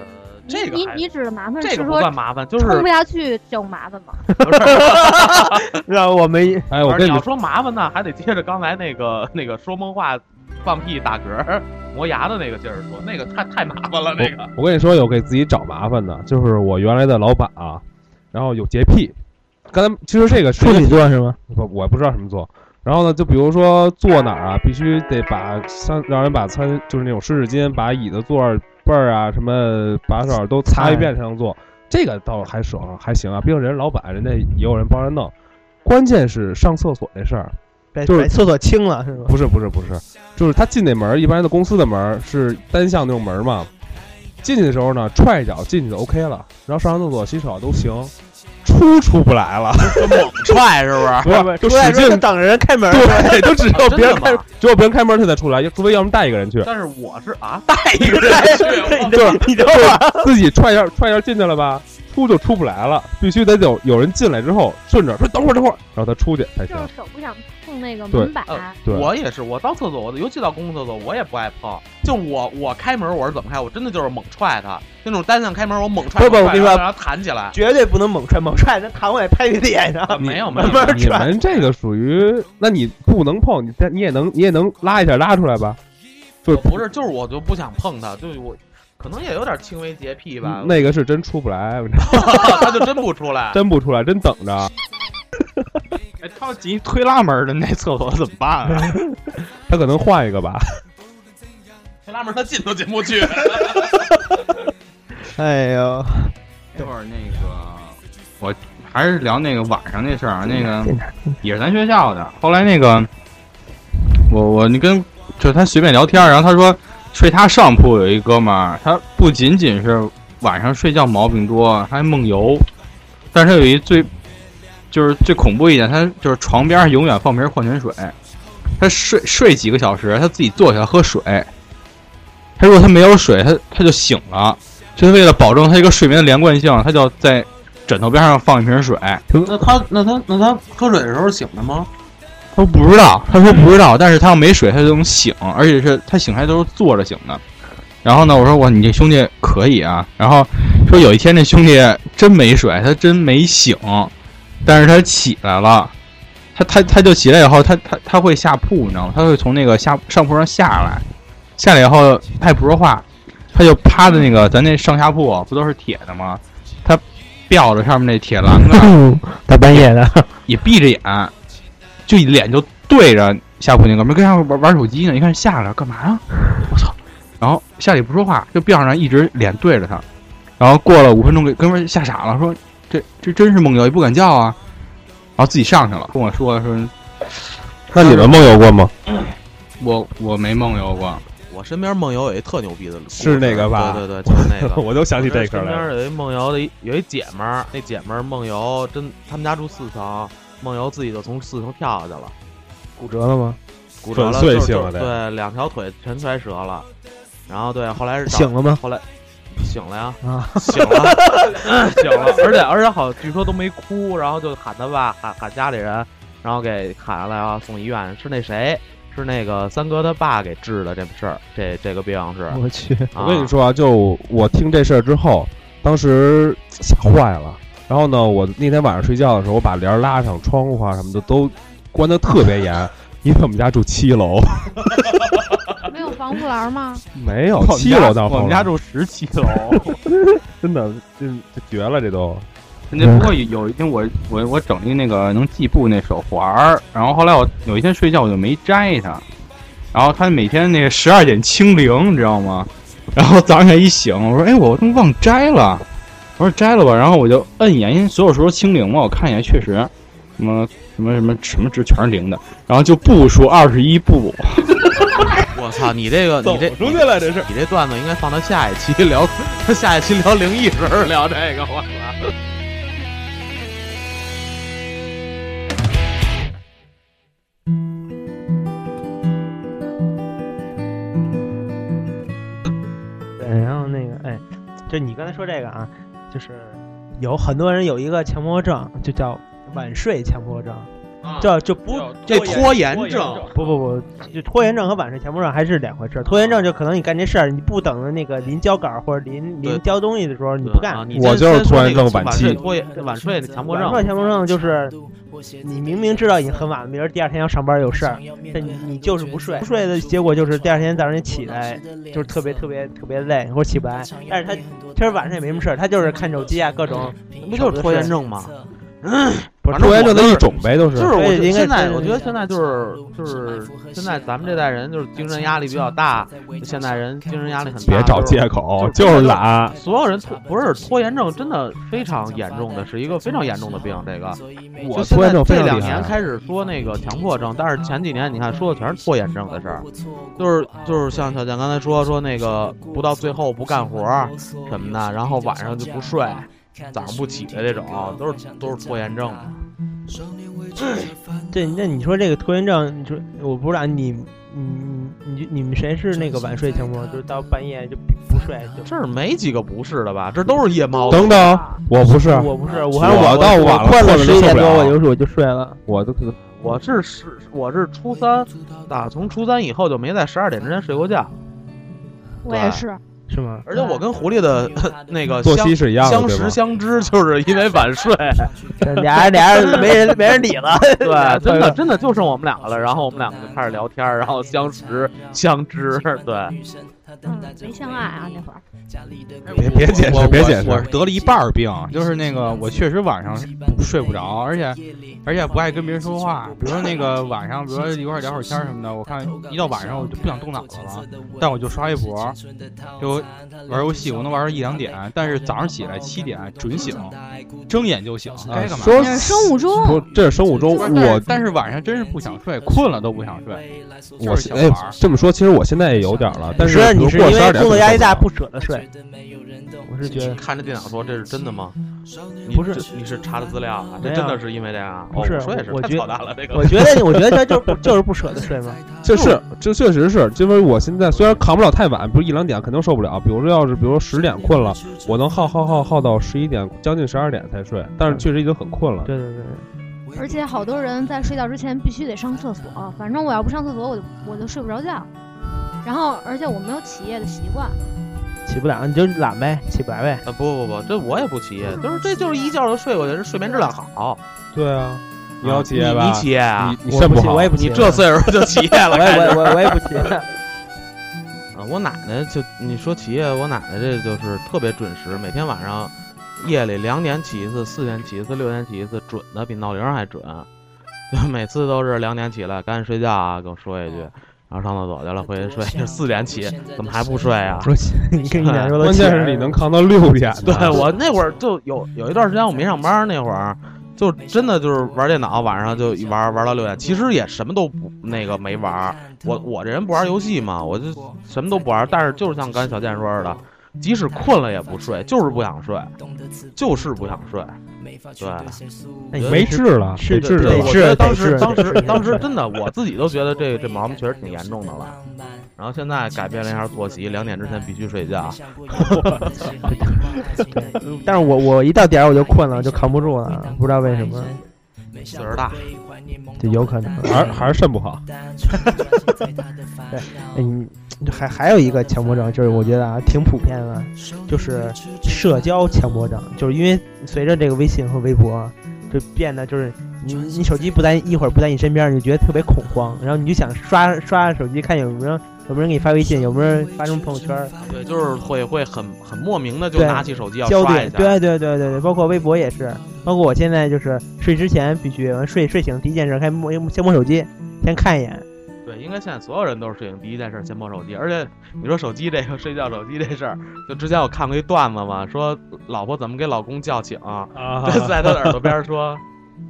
S6: 你
S4: 对对这个
S6: 你
S4: 还
S6: 你指的麻烦
S4: 这
S6: 是
S4: 个不
S6: 说
S4: 算麻烦，就是
S6: 撑不下去叫麻烦吗？
S4: 不是
S3: 让我们
S5: 哎，我
S4: 而
S5: 跟
S4: 你
S5: 你
S4: 要
S5: 们
S4: 说麻烦呢，还得接着刚才那个那个说梦话、放屁、打嗝、磨牙的那个劲儿说，那个太太麻烦了，那个。
S5: 我跟你说，有给自己找麻烦的，就是我原来的老板啊，然后有洁癖。刚才其实这个是
S3: 处女座是 吗？
S5: 我我不知道什么座。然后呢，就比如说坐哪儿啊，必须得把餐让人把餐就是那种湿纸巾把椅子座儿背儿啊什么把手都擦一遍才能坐。这个倒还爽还行啊，毕竟人老板人家也有人帮人弄。关键是上厕所这事儿，
S3: 把
S5: 就是
S3: 把厕所清了是吗？
S5: 不是不是不是，就是他进那门儿，一般的公司的门儿是单向那种门儿嘛。进去的时候呢，踹一脚进去就 OK 了，然后上完厕所洗手都行。出哭出不来了，
S4: 就 猛踹是不是？
S5: 不是，就
S3: 出来
S5: 使
S3: 之后就
S5: 劲。
S3: 等着人开门儿，
S5: 对，就只有别人开
S4: 啊真的吗，
S5: 只有别人开门，他才出来，除非要么带一个人去，
S4: 但是我是啊，带一个人去，
S5: 就是你知道吧，自己踹一下踹一下进去了吧，出就出不来了，必须得有有人进来之后，顺着说等会儿等会儿，然后他出去才行
S6: 就。是手不想碰那个
S5: 对
S6: 门把，
S4: 呃
S5: 对，
S4: 我也是，我到厕所，我尤其到公共厕所，我也不爱碰。就我我开门我是怎么开？我真的就是猛踹他，那种单向开门我猛踹，
S3: 不不
S4: 猛
S3: 我
S4: 踹
S3: 跟你说
S4: 然后弹起来。
S3: 绝对不能猛踹，猛踹那弹我也拍你脸上。
S4: 没有没
S3: 慢
S4: 有，
S3: 慢
S5: 你
S3: 踹，
S5: 们这个属于，那你不能碰，你但你也能你也能拉一下拉出来吧？就
S4: 我不是，就是我就不想碰他，就是我可能也有点轻微洁癖
S3: 嗯
S4: 吧，
S5: 那个是真出不来， 我跟你 说
S4: 他就真不出来。
S5: 真不出来，真等着。
S7: 哎，他要急推拉门的那厕所怎么办啊？
S5: 他可能换一个吧。
S4: 推拉门他进都进不 去。
S3: 哎呦，
S7: 一会儿那个，我还是聊那个晚上那事儿啊，那个也是咱学校的。后来那个，我我你跟就是他随便聊天儿，然后他说睡他上铺有一哥们儿，他不仅仅是晚上睡觉毛病多，他还梦游，但是他有一最就是最恐怖一点，他就是床边儿永远放瓶矿泉水，他睡睡几个小时，他自己坐下来喝水。他如果他没有水，他他就醒了。就是为了保证他一个睡眠的连贯性，他就要在枕头边上放一瓶水。
S4: 那他那他那他喝水的时候醒了吗？
S7: 他说不知道，他说不知道，但是他要没水，他就能醒，而且是他醒还都是坐着醒的。然后呢，我说哇，你这兄弟可以啊。然后说有一天这兄弟真没水，他真没醒，但是他起来了，他他他就起来以后，他他他会下铺，你知道吗？他会从那个下上铺上下来，下来以后他也不说话，他就趴在那个咱那上下铺不都是铁的吗？他吊着上面那铁栏杆，
S3: 大半夜的，
S7: 也闭着眼，就一脸就对着下铺那哥们儿，跟上面玩玩手机呢。一看下来了干嘛呀？我操！然后下来也不说话，就边上一直脸对着他。然后过了五分钟，给哥们儿吓傻了，说这这真是梦游，也不敢叫啊。然后自己上去了，跟我说说
S5: 那你们梦游过吗？
S7: 我我没梦游过，
S4: 我身边梦游有一特牛逼的故事，
S5: 是那个吧
S4: 对对对，就 是那个。
S5: 我就想起这一
S4: 身
S5: 来了。
S4: 边有一梦游的一有一姐们儿，那姐们儿梦游，真他们家住四层，梦游自己就从四层跳下去了，
S3: 骨折了吗？
S4: 骨折了，
S5: 粉碎
S4: 就是
S5: 性了
S4: 就
S5: 这
S4: 对，两条腿全摔折了。然后对，后来是 找
S3: 醒了吗？
S4: 后来醒了呀，
S3: 啊，
S4: 醒了， 醒了，而且而且好，据说都没哭，然后就喊他爸，喊喊家里人，然后给喊下来啊，送医院。是那谁，是那个三哥他爸给治的这事儿，这这个病是。
S3: 我去，
S4: 啊
S5: 我跟你，说啊，就我听这事儿之后，当时吓坏了。然后呢，我那天晚上睡觉的时候，我把帘儿拉上，窗户啊什么的都关得特别 严，因为我们家住七楼，
S6: 没有防护栏吗？
S5: 没有
S7: 我们
S5: 七
S7: 家
S5: 楼到
S7: 我们家住十七楼。
S5: 真的这这绝了，这都
S7: 那不过有一天我我我整一那个能计步那手环儿，然后后来我有一天睡觉我就没摘它，然后它每天那个十二点清零，你知道吗？ 然后早上起来一醒，我说哎我都忘摘了，我说摘了吧，然后我就摁一眼，因为所有时候清零嘛，我看一眼确实什么什么什么什么值全是零的，然后就步数二十一步，
S4: 我操，你这个你这
S5: 出去了，这是
S4: 你这段子应该放到下一期聊， 下一期聊灵异时候聊这个，我操。
S3: 对，然后那个，哎，就你刚才说这个啊，就是有很多人有一个强迫症，就叫晚睡强迫症，
S4: 啊
S3: 叫就不
S4: 这拖延
S7: 拖延
S4: 症
S7: 症，
S3: 不不不，就拖延症和晚睡强迫症还是两回事儿。拖延症就可能你干这事儿，你不等着那个临交稿儿或者临
S4: 对
S3: 临交东西的时候你不干，
S4: 啊、你
S5: 我
S4: 先
S5: 就
S4: 先说
S5: 是拖延
S4: 那个
S5: 症晚期
S4: 睡拖延晚睡的强迫
S3: 晚
S4: 症。啊
S3: 睡强迫症就是你明明知道已经很晚了，明儿第二天要上班有事儿，但你你就是不睡，不睡的结果就是第二天早上你起来就是特别特别特别累，或者起不来。但是他其实晚上也没什么事儿，他就是看手机啊，各种
S4: 那不就是拖延症吗？
S3: 不
S4: 反正
S5: 拖延
S4: 我
S5: 症的
S4: 就
S5: 一
S4: 是
S5: 种呗，都是
S4: 就是我
S3: 对
S4: 觉得
S3: 应该
S4: 现在，
S3: 对
S4: 我觉
S3: 对
S4: 得现在就是就是现在咱们这代人就是精神压力比较大，现在人精神压力很大。
S3: 啊
S5: 别找
S4: 就是
S5: 借口，
S4: 就
S5: 就是是懒。
S4: 所啊有人拖不是拖延症，真的非常严重的，是一个非常严重的病。这个
S5: 我
S4: 就现
S5: 拖
S4: 在
S5: 延症非
S4: 这
S5: 常
S4: 两
S5: 厉害
S4: 年。嗯开始说那个强迫症，但是前几年你看说的全是拖延症的事儿，就是就是像小健刚才说说那个不到最后不干活儿什么的，然后晚上就不睡，早上不起的这种，都是都是拖延症嘛。
S3: 对，那你说这个拖延症，你说我不知道你你你你们谁是那个晚睡情况，就是到半夜就不睡就。
S4: 这儿没几个不是的吧？这都是夜猫子。
S5: 等等，我不是，
S3: 我不是，我还我
S5: 我到
S3: 我
S5: 晚了
S3: 困
S5: 困了
S3: 十
S5: 就
S3: 一点
S5: 受不
S3: 多
S5: 了
S3: 我就我就睡了。
S5: 我都
S4: 我是是我是初三，打从初三以后就没在十二点之前睡过觉，
S6: 我也是，
S3: 是 吗？
S4: 而且我跟狐狸的 那个
S5: 作
S4: 相
S5: 息是一样的，
S4: 相
S5: 对
S4: 识
S5: 吗？
S4: 相知，就是因为 晚睡。
S3: 俩人俩人没人没人理了，
S4: 对，真的真的就剩我们俩了，然后我们两个就开始聊天，然后相识相知，对，
S6: 嗯，没相爱啊那会儿。
S5: 别别解
S7: 我
S5: 释，别
S7: 我
S5: 解释
S7: 我，是得了一半儿病，就是那个我确实晚上不睡不着，而且而且不爱跟别人说话。比如说那个晚上，比如说一块儿聊会儿天儿什么的，我看一到晚上我就不想动脑子了，但我就刷微博，就玩游戏，我能玩到一两点，但是早上起来七点准醒，睁眼就醒，该干嘛
S5: 说
S6: 那是生物钟，
S5: 不，这是生物钟，
S7: 不是但是
S5: 我
S7: 但是晚上真是不想睡，困了都不想睡，
S5: 我
S7: 就是想
S5: 哎
S7: 玩儿。
S5: 这么说，其实我现在也有点了，但
S3: 不
S5: 是
S3: 是你
S5: 比
S3: 是
S5: 如
S3: 因
S5: 过12
S3: 为
S5: 点
S3: 工作压力大
S5: 可能
S3: 不舍得睡，我是觉得
S4: 看着电脑说这是真的吗？你
S3: 不是
S4: 这你是查的资料啊？
S3: 没
S4: 这
S3: 有
S4: 真的是因为这样啊？
S3: 不是
S4: 哦我说也是
S3: 我
S4: 太
S3: 觉
S4: 操蛋了，这个
S3: 我觉得我觉得他就是不就是不舍得睡 嘛。
S5: 这是这确实是，因为我现在虽然扛不了太晚，比如一两点肯定受不了，比如说要是比如说十点困了，我能耗耗耗耗到十一点，将近十二点才睡，但是确实已经很困了。
S3: 对对对，
S6: 而且好多人在睡觉之前必须得上厕所，反正我要不上厕所，我就我就睡不着觉。然后，而且我没有起夜的习惯，
S3: 起不了你就懒呗，起不来呗。
S4: 啊不不不，这我也不起夜，就是这就是一觉就睡过去，这睡眠质量好。
S5: 对啊，你要起夜
S4: 你
S5: 吧？
S4: 你起夜啊？
S5: 你你
S3: 我
S5: 肾
S3: 不起
S5: 好
S3: 我也，不起，
S4: 你这岁数就起夜了？
S3: 我
S4: 开
S3: 也
S4: 始
S3: 我我我也不起。
S4: 啊，我奶奶就你说起夜，我奶奶这就是特别准时，每天晚上夜里两点起一次，四点起一次，六点起一次，准的比闹铃儿还准。就每次都是两点起来，赶紧睡觉啊，跟我说一句，然后上厕所去了，回去睡。就四点起，怎么还不睡啊？
S3: 我去 你跟你 俩说都
S5: 关
S3: 起
S5: 键
S3: 来
S5: 是你
S3: 了
S5: 能扛到六点。
S4: 对我那会儿就有有一段时间我没上班，那会儿就真的就是玩电脑，晚上就一玩玩到六点。其实也什么都不那个没玩，我我这人不玩游戏嘛，我就什么都不玩。但是就是像刚才小健说的，即使困了也不睡，就是不想睡，就是不想睡。对，
S3: 那你
S5: 没
S3: 是
S5: 治了，
S3: 是
S5: 没治
S3: 对
S4: 对，
S5: 了
S3: 是。
S4: 我觉得当
S3: 得
S4: 时
S3: 治
S4: 当
S3: 得
S4: 时
S3: 治
S4: 当时
S3: 得
S4: 真的我自己都觉得这这毛病确实挺严重的了。然后现在改变了一下作息，两点之前必须睡觉。
S3: 但是我我一到点儿我就困了，就扛不住了，不知道为什么，
S4: 岁数大，
S3: 就有可能。
S5: 还是还是肾不好，哎
S3: 嗯，还还有一个强迫症，就是我觉得啊挺普遍的，就是社交强迫症，就是因为随着这个微信和微博啊，就变得就是你你手机不在一会儿不在你身边，你就觉得特别恐慌，然后你就想刷刷手机看有没有有没有人给你发微信，有没有人发什么朋友圈，
S4: 对，就是会会很很莫名的就
S3: 嗯对
S4: 拿起手机要
S3: 焦
S4: 刷
S3: 点
S4: 一下。
S3: 对对对对对，包括微博也是，包括我现在就是睡之前必须完睡睡醒第一件事先摸先摸手机，先看 一眼，
S4: 对，应该现在所有人都是摄影第一件事儿先摸手机，而且你说手机这个睡觉手机这事儿，就之前我看过一段子嘛，说老婆怎么给老公叫醒，啊
S3: 啊
S4: 就在他耳朵边儿说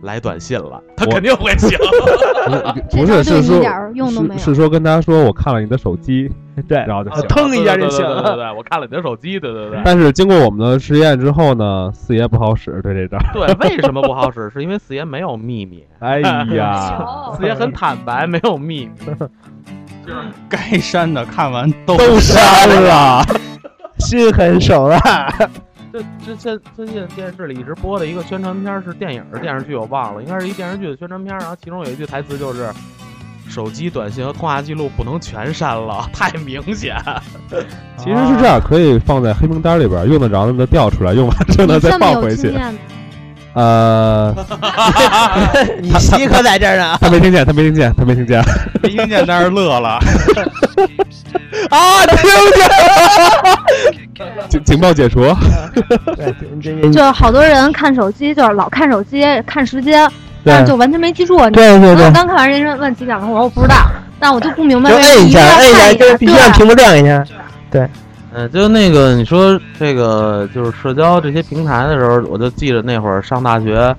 S4: 来短信了，他
S5: 我
S4: 肯定会醒。
S3: 嗯
S5: 不
S6: 啊这招对
S5: 是是
S6: 你一
S5: 说
S6: 点儿用都没
S5: 是
S6: 有。
S5: 是说跟他说我看了你的手机，
S3: 对，
S5: 然后就
S4: 啊
S5: 醒了。
S3: 腾一下就
S4: 对对
S3: 醒
S4: 对对
S3: 了
S4: 对对，我看了你的手机，对对对
S5: 但是经过我们的实验之后呢，四爷不好使，对这招。
S4: 对。为什么不好使？是因为四爷没有秘密，
S5: 哎 呀，
S3: 哦
S4: 四爷很坦白，没有秘密。
S7: 该删的看完都
S5: 都删了。
S3: 心狠手辣。
S4: 这这现最近电视里一直播的一个宣传片儿是电影儿电视剧，我忘了，应该是一电视剧的宣传片儿。然后其中有一句台词就是：“手机、短信和通话记录不能全删了， 太明显。
S5: 其实是这样，可以放在黑名单里边，用得着的就调出来，用完之后呢
S6: 你
S5: 再
S6: 这么
S5: 放
S6: 有
S5: 回
S6: 经
S5: 去。
S6: 验，
S5: 呃，
S3: 你媳可在这儿呢
S5: 他没听见，他没听见，他没听 见
S7: 没听见，但是乐了。
S5: 啊，听见了。警警报解除，
S3: 对，这这
S6: 就是好多人看手机，就是老看手机看时间，但
S5: 对
S6: 是就完全没记住。啊你
S3: 对对
S6: 我
S3: 对，
S6: 刚看完人家问几点了，我说我不知道，但我就不明白
S3: 就
S6: 为什
S3: 摁
S6: 么
S3: 一
S6: 定
S3: 下，
S6: 要
S3: 摁一下，
S6: 看
S3: 就
S6: 下。
S3: 是必须让
S6: 对，啊
S3: 屏幕亮一下。”
S4: 嗯，就那个你说这个就是社交这些平台的时候，我就记着那会儿上大学，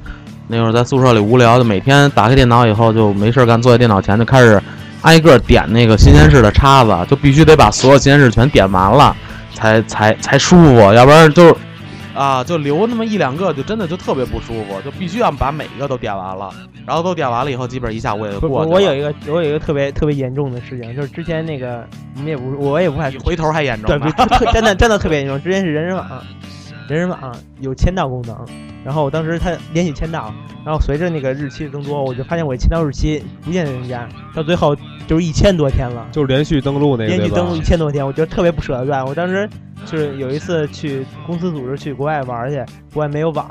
S4: 那会儿在宿舍里无聊，就每天打开电脑以后就没事儿干，坐在电脑前就开始挨个点那个新鲜事的叉子，就必须得把所有新鲜事全点完了，才才才舒服，要不然就是啊，就留那么一两个，就真的就特别不舒服，就必须要把每一个都点完了，然后都点完了以后，基本一下午也就
S3: 不是
S4: 过去了。
S3: 我有一个我有一个特别特别严重的事情，就是之前那个我们也不是我也不太
S4: 比回头还严重
S3: 对，
S4: 吧
S3: 比特真的真的特别严重。之前是人人网，人人网有签到功能，然后我当时它连续签到，然后随着那个日期的增多，我就发现我签到日期逐渐增加，到最后就是一千多天了。
S5: 就是连续登录那个，
S3: 连续
S5: 对吧
S3: 登录一千多天，我觉得特别不舍得干。我当时就是有一次去公司组织去国外玩儿去，国外没有网，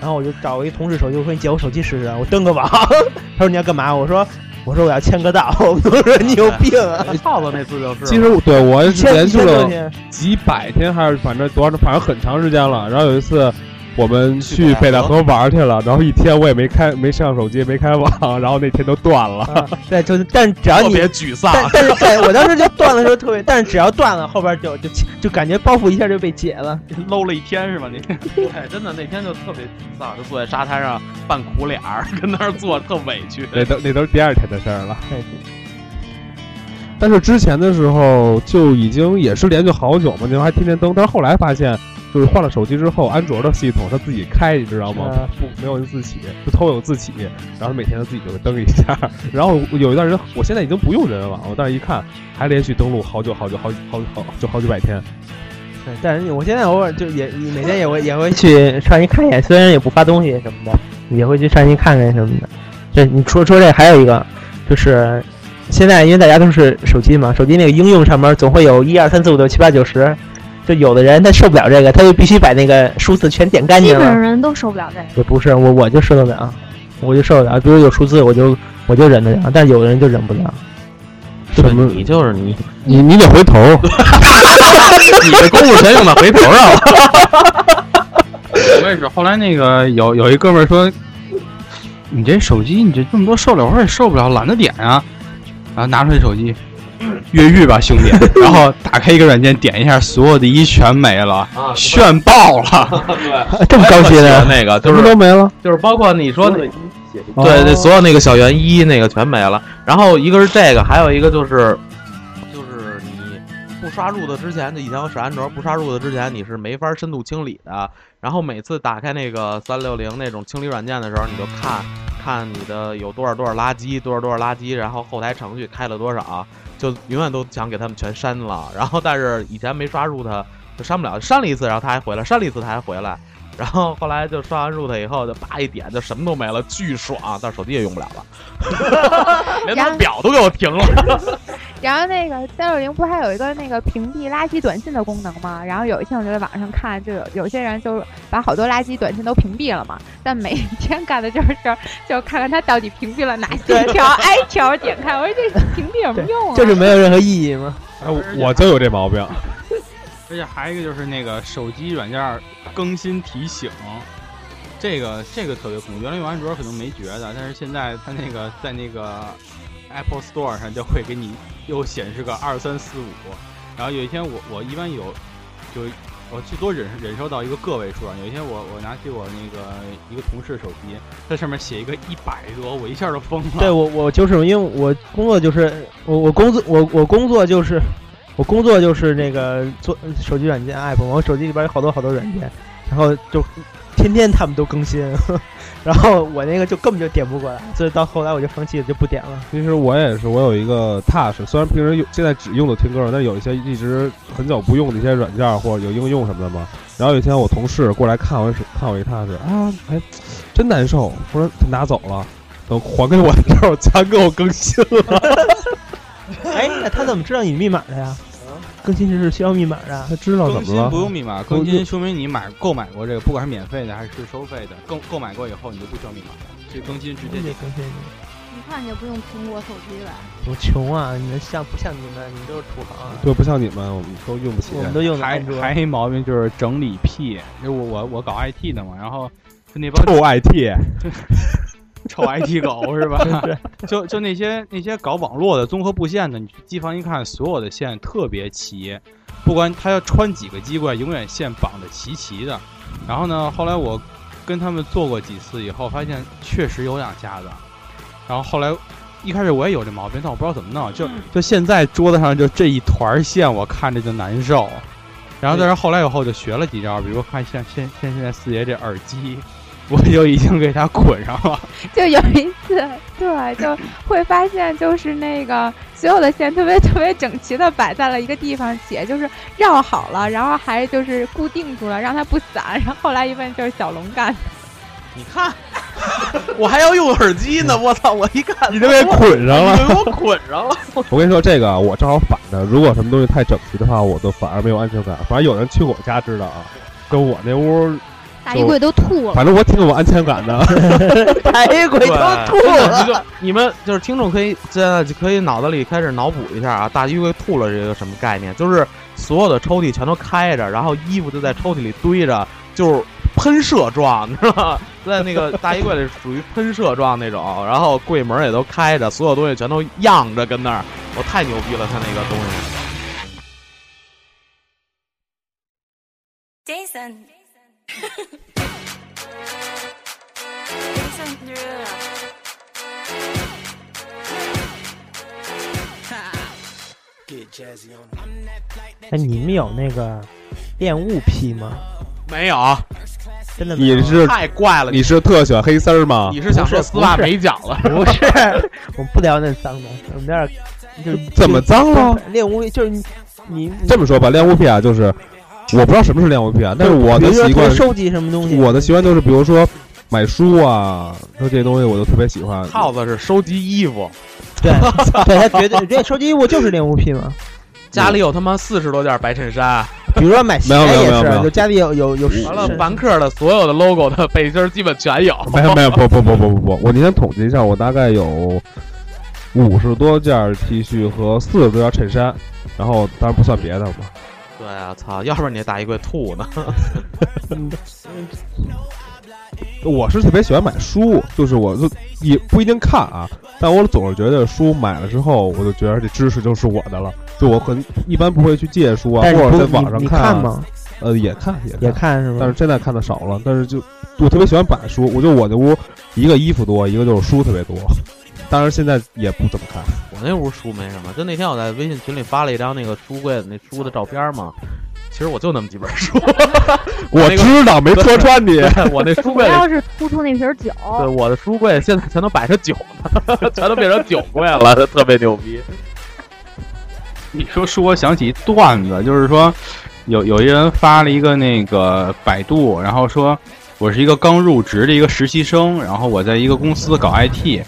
S3: 然后我就找我一同事手机，我说你借我手机试试，啊我登个网。 他说你要干嘛？我说我说我要签个到。 我同事你有病啊！
S4: 套子那次就是，
S5: 其实对我
S3: 一
S5: 是
S3: 千
S5: 呃连
S3: 一
S5: 续
S3: 千多
S5: 了
S3: 天，
S5: 几百天，还是反正多少，反正很长时间了。然后有一次。我们去
S4: 去
S5: 北
S4: 北戴
S5: 戴河玩去了，然后一天我也没开，没上手机，没开网，然后那天都断了。
S3: 啊对，就是但是只要
S4: 特
S3: 你
S4: 别沮丧。
S3: 但但是对我当时就断的时候特别，但是只要断了，后边就就就感觉包袱一下就被解了。
S7: 搂了一天是吧？你
S4: 对，真的那天就特别沮丧，就坐在沙滩上扮苦脸儿， 跟那儿坐着特委屈。
S5: 那都那都是第二天的事儿了。但是之前的时候就已经也是连续好久嘛，那时候还天天登。但是后来发现，就是换了手机之后，安卓的系统它自己开，你知道吗？
S3: 呃
S5: 不，没有人自己，不偷有自己，然后每天它自己就会登一下。然后有一段时间，我现在已经不用人人网了，但是一看还连续登录好久好久好久好久好就好几百天。
S3: 对，但是我现在偶尔就也也每天也会也会去上去看一眼，虽然也不发东西什么的，也会去上去看看什么的。对，你说说这还有一个，就是现在因为大家都是手机嘛，手机那个应用上面总会有一二三四五六七八九十，就有的人他受不了这个，他就必须把那个数字全点干
S6: 基
S3: 净
S6: 本
S3: 了
S6: 上。人都受不了这个。
S3: 也不是我，我就受得了，我就受得了。比如有数字，我就我就忍得了，但是有的人就忍不了。
S5: 什么？
S4: 你就是你，
S5: 你你得回头，
S4: 你的功夫全用到回头上了。
S7: 我也是。后来那个有有一哥们儿说，你这手机你这这么多受了，我也受不了，懒得点啊。然后拿出这手机，越狱吧 兄弟，然后打开一个软件，点一下，所有的一全没了，炫爆了。
S3: 这么高
S4: 心
S3: 阶的，
S4: 那个
S5: 什
S4: 就
S5: 么
S4: 是
S5: 都没了。
S4: 就是包括你说那
S5: 哦
S4: 对对，所有那个小圆一那个全没了。然后一个是这个，还有一个就是，就是你不刷入的之前，就以前我使安卓不刷入的之前，你是没法深度清理的。然后每次打开那个三六零那种清理软件的时候，你就看看你的有多少多少垃圾，多少多少垃圾，然后后台程序开了多少，就永远都想给他们全删了。然后但是以前没刷入它就删不了，删了一次然后它还回来，删了一次它还回来。然后后来就刷完 root 以后，就叭一点，就什么都没了，巨爽，但是手机也用不了 了，连他表都给我停了。
S1: 然后那个三六零不还有一个那个屏蔽垃圾短信的功能吗？然后有一天我就在网上看，就有有些人就是把好多垃圾短信都屏蔽了嘛。但每天干的就是事儿，就看看他到底屏蔽了哪些条，挨条点开。我说这屏蔽有什么用啊？
S3: 就是没有任何意义吗？
S5: 哎，我我就有这毛病。
S7: 而且还有一个就是那个手机软件儿更新提醒，这个这个特别恐怖。原来用安卓可能没觉得，但是现在它那个在那个 Apple Store 上就会给你又显示个二三四五。然后有一天我我一般有就我最多忍忍受到一个个位数啊。有一天我我拿起我那个一个同事手机，在上面写一个一百多，我一下就疯了。
S3: 对我，我就是因为我工作就是我我工作我我工作就是我工作就是那个做手机软件 app，我手机里边有好多好多软件，然后就天天他们都更新， 然后我那个就根本就点不过来，所以到后来我就放弃了，就不点了。
S5: 其实我也是，我有一个踏实，虽然平时用现在只用的听歌，但是有一些一直很久不用的一些软件儿或者有应用什么的嘛。然后有一天我同事过来看我一手看我一踏实啊，哎，真难受，我说他拿走了，等还给我的 时候全给我更新了。
S3: 哎，那他怎么知道你密码的呀？更新是需要密码的。
S5: 他知道
S7: 更
S5: 怎
S7: 新
S5: 么了？
S7: 不用密码，
S5: 更
S7: 更
S5: 新
S7: 新说明你买购买过这个，不管是免费的还是收费的，购购买过以后你就不需要密码了，这更新直接
S5: 嗯
S3: 也更新，
S6: 一看就不用苹果手机了。
S3: 我穷啊！你们像不像你们？你们都是土豪啊！
S5: 对，不像你们，我们都用不起
S3: 我。们都用的
S7: 还
S3: 安卓。
S7: 还一毛病就是整理癖，就我我我搞 IT 的嘛，然后就那 帮
S5: 臭 IT，
S7: 臭 IT 狗是吧？ 就就那些那些搞网络的综合布线的，你去机房一看，所有的线特别齐，不管他要穿几个机过来，永远线绑的齐齐的。然后呢，后来我跟他们做过几次以后，发现确实有两下子。然后后来一开始我也有这毛病，但我不知道怎么弄，就就现在桌子上就这一团线，我看着就难受。然后但是后来以后就学了几招，比如看像现现现在四爷这耳机，我就已经给他捆上了。
S1: 就有一次，对， 就会发现就是那个所有的线特别特别整齐的摆在了一个地方，且就是绕好了，然后还就是固定住了，让它不散。然后后来一问，就是小龙干的。
S4: 你看，我还要用耳机呢，我操！我一看
S5: 嗯你都给捆上了。
S4: 你给我捆上了，
S5: 我跟你说，这个我正好反着，如果什么东西太整齐的话，我都反而没有安全感。反正有人去我家知道啊，就我那屋，
S6: 大衣柜都吐了。
S5: 反正我挺有安全感的。
S4: 大衣
S3: 鬼都
S4: 吐 了。就你们就是听众，可以现在就可以脑子里开始脑补一下啊，大衣柜吐了这个什么概念？就是所有的抽屉全都开着，然后衣服就在抽屉里堆着，就是喷射状，你知道吗？在那个大衣柜里属于喷射状那种，然后柜门也都开着，所有东西全都漾着跟那儿，我太牛逼了，他那个东西。
S8: Jason. Jason Derulo.
S9: Get jazzy on
S3: 哎，你们有那个恋物癖吗？
S4: 没有，啊
S3: 真的没有
S5: 你是
S4: 太怪了！
S5: 你是特喜欢黑丝儿吗？
S4: 你是想说丝袜没脚了？
S3: 不是， 我不聊那脏的，我们这 儿就
S5: 怎么脏了？
S3: 恋物癖就是你你你
S5: 这么说吧，恋物癖啊，就是我不知道什么是恋物癖啊，但是我
S3: 比
S5: 的
S3: 如说
S5: 习惯
S3: 多，收集什么东西，
S5: 我的习惯就是比如说买书啊，说这些东西我就特别喜欢。
S4: 套子是收集衣服，
S3: 对 对，他绝对这收集衣物就是恋物癖嘛。
S4: 家里有他妈四十多件白衬衫，
S3: 比如说买鞋
S5: 没有没有
S3: 也
S5: 没有没
S3: 是，
S5: 有嗯
S3: 就家里有有有
S4: 完了
S3: 是
S4: 凡客的所有的 logo 的背心儿基本全 有。
S5: 没有没有不不不不不不，我那天统计一下，我大概有五十多件儿 T 恤和四十多件儿衬衫，然后当然不算别的嘛。
S4: 对啊，操！要不然你大衣柜吐呢？
S5: 我是特别喜欢买书，就是我就也不一定看啊，但我总是觉得书买了之后，我就觉得这知识就是我的了。就我很一般不会去借书啊，
S3: 但是
S5: 或
S3: 你
S5: 者在
S3: 不
S5: 网上
S3: 你你
S5: 啊
S3: 看吗？
S5: 呃，也看也
S3: 也看是吗？
S5: 但是现在看的少了。但是就我特别喜欢摆书，我就我那屋一个衣服多，一个就是书特别多。当然现在也不怎么看。
S4: 我那屋书没什么，就那天我在微信群里发了一张那个书柜那书的照片 嘛。其实我就那么几本书，
S5: 我
S4: 那个
S5: 知道没戳穿你，
S4: 我那书
S6: 主
S4: 柜 里，
S6: 要是突出那瓶酒，
S4: 对我的书柜现在全都摆着酒 呢，全都变成酒柜了， 特别牛逼。
S7: 你说说，我想起一段子，就是说，有有一人发了一个那个百度，然后说我是一个刚入职的一个实习生，然后我在一个公司搞 IT，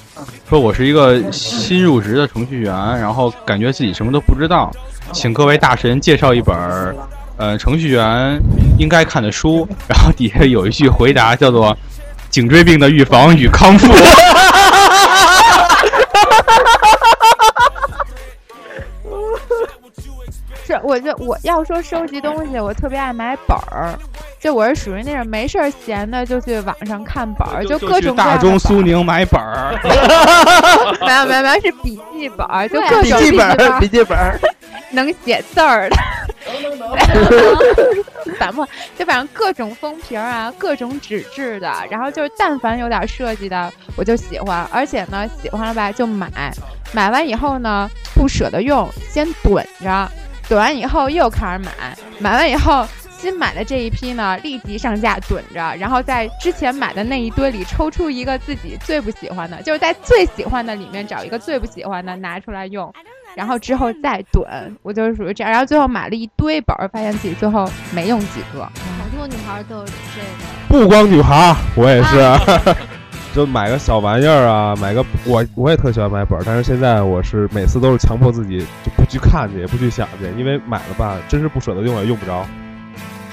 S7: 说我是一个新入职的程序员，然后感觉自己什么都不知道，请各位大神介绍一本儿呃程序员应该看的书，然后底下有一句回答叫做“颈椎病的预防与康复”。
S1: 是，我就我要说收集东西，我特别爱买本儿，就我是属于那种没事儿闲的就去网上看本儿，
S7: 就
S1: 各
S7: 去
S1: 种各
S7: 大
S1: 样的
S7: 中苏
S1: 本
S7: 宁买本儿。
S1: 儿，没有没有没有是笔记本儿，就
S6: 对
S1: 各
S3: 笔
S1: 种
S3: 记
S1: 本儿
S3: 本，笔记本儿，
S1: 能写字儿的， 反正就反正各种封皮儿啊，各种纸质的，然后就是但凡有点设计的，我就喜欢，而且呢，喜欢了吧就买，买完以后呢不舍得用，先囤着，囤完以后又开始买，买完以后。新买的这一批呢，立即上架囤着，然后在之前买的那一堆里抽出一个自己最不喜欢的，就是在最喜欢的里面找一个最不喜欢的拿出来用，然后之后再 囤，我就是属于这样。然后最后买了一堆本儿，发现自己最后没用几个。
S6: 好多女孩都有这个。
S5: 不光女孩儿，我也是，
S3: 啊
S5: 就买个小玩意儿啊，买个我我也特喜欢买本儿，但是现在我是每次都是强迫自己就不去看去，也不去想去，因为买了吧，真是不舍得用也用不着。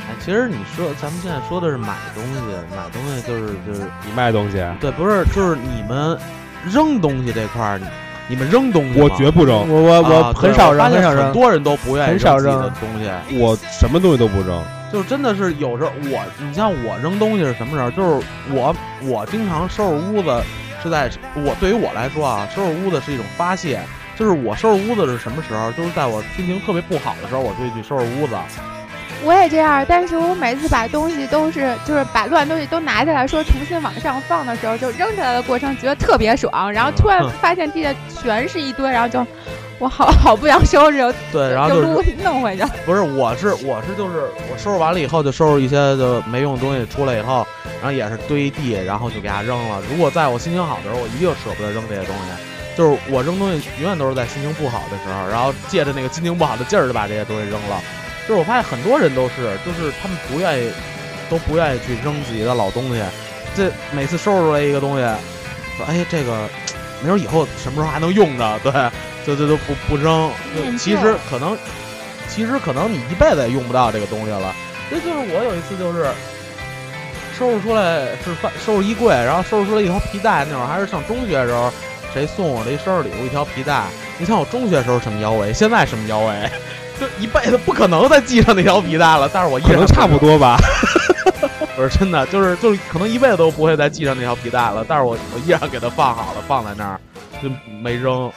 S4: 哎，其实你说咱们现在说的是买东西，买东西就是就是
S5: 你卖东西，
S4: 对，不是，就是你们扔东西这块儿，你你们扔东西吗
S5: 我绝不扔，
S3: 嗯我呃我
S4: 啊
S3: 我
S4: 对
S3: 很少
S4: 我发
S3: 扔，很
S4: 现
S3: 少
S4: 很
S3: 扔。
S4: 多人都不愿意
S3: 很少
S4: 自己
S3: 扔
S4: 的东西，
S5: 我什么东西都不扔。
S4: 就是真的是有时候我，你像我扔东西是什么时候？就是我我经常收拾屋子是在我对于我来说啊，收拾屋子是一种发泄。就是我收拾屋子是什么时候？就是在我心情特别不好的时候，我就去收拾屋子。
S1: 我也这样，但是我每次把东西都是就是把乱东西都拿下来说重新往上放的时候，就扔下来的过程觉得特别爽，然后突然
S4: 嗯
S1: 发现地下全是一堆，然后就我好好不想收拾，
S4: 对，然后
S1: 就是撸弄回去。
S4: 不是，我是我是就是我收拾完了以后就收拾一些就没用的东西出来以后，然后也是堆地，然后就给它扔了。如果在我心情好的时候，我一定舍不得扔这些东西。就是我扔东西永远都是在心情不好的时候，然后借着那个心情不好的劲儿就把这些东西扔了。就是我发现很多人都是，就是他们不愿意，都不愿意去扔自己的老东西。这每次收拾出来一个东西，说哎这个没准以后什么时候还能用着，对，就就就不不扔。就
S6: 念
S4: 其
S6: 旧
S4: 实可能其实可能你一辈子也用不到这个东西了。这就是我有一次就是收拾出来是翻收拾衣柜，然后收拾出来一条皮带，那会儿还是上中学的时候，谁送我的一生日礼物一条皮带？你想我中学时候什么腰围，现在什么腰围？ 就一辈子不可能再系上那条皮带了，但是我依
S5: 可
S4: 然
S5: 能差不多吧。
S4: 不是真的，就是就是可能一辈子都不会再系上那条皮带了，但是我我依然给它放好了，放在那儿就没扔。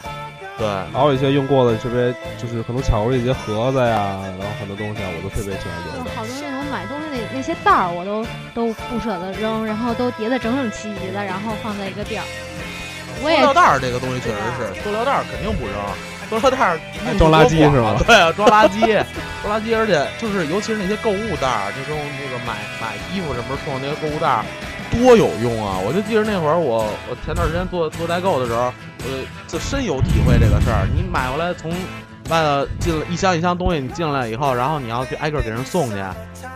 S4: 对，
S5: 还有一些用过的特别，就是可能抢过的一些盒子呀，然后很多东西啊，我都特别喜欢留
S6: 有
S5: 着。
S6: 好多那种买东西那那些袋儿，我都都不舍得扔，然后都叠得整整齐齐的，然后放在一个地儿。
S4: 塑
S6: 我也
S4: 料袋儿这个东西确实是，塑料袋儿肯定不扔，塑料袋儿
S5: 哎装垃圾是吗
S4: 吧？对啊，装垃圾，装垃圾，而且就是尤其是那些购物袋儿，那种那个买买衣服什么时候送的那些购物袋儿，多有用啊！我就记着那会儿我我前段时间做做代购的时候，我就深有体会这个事儿。你买回来从外头进了一箱一箱东西，你进来以后，然后你要去挨个给人送去，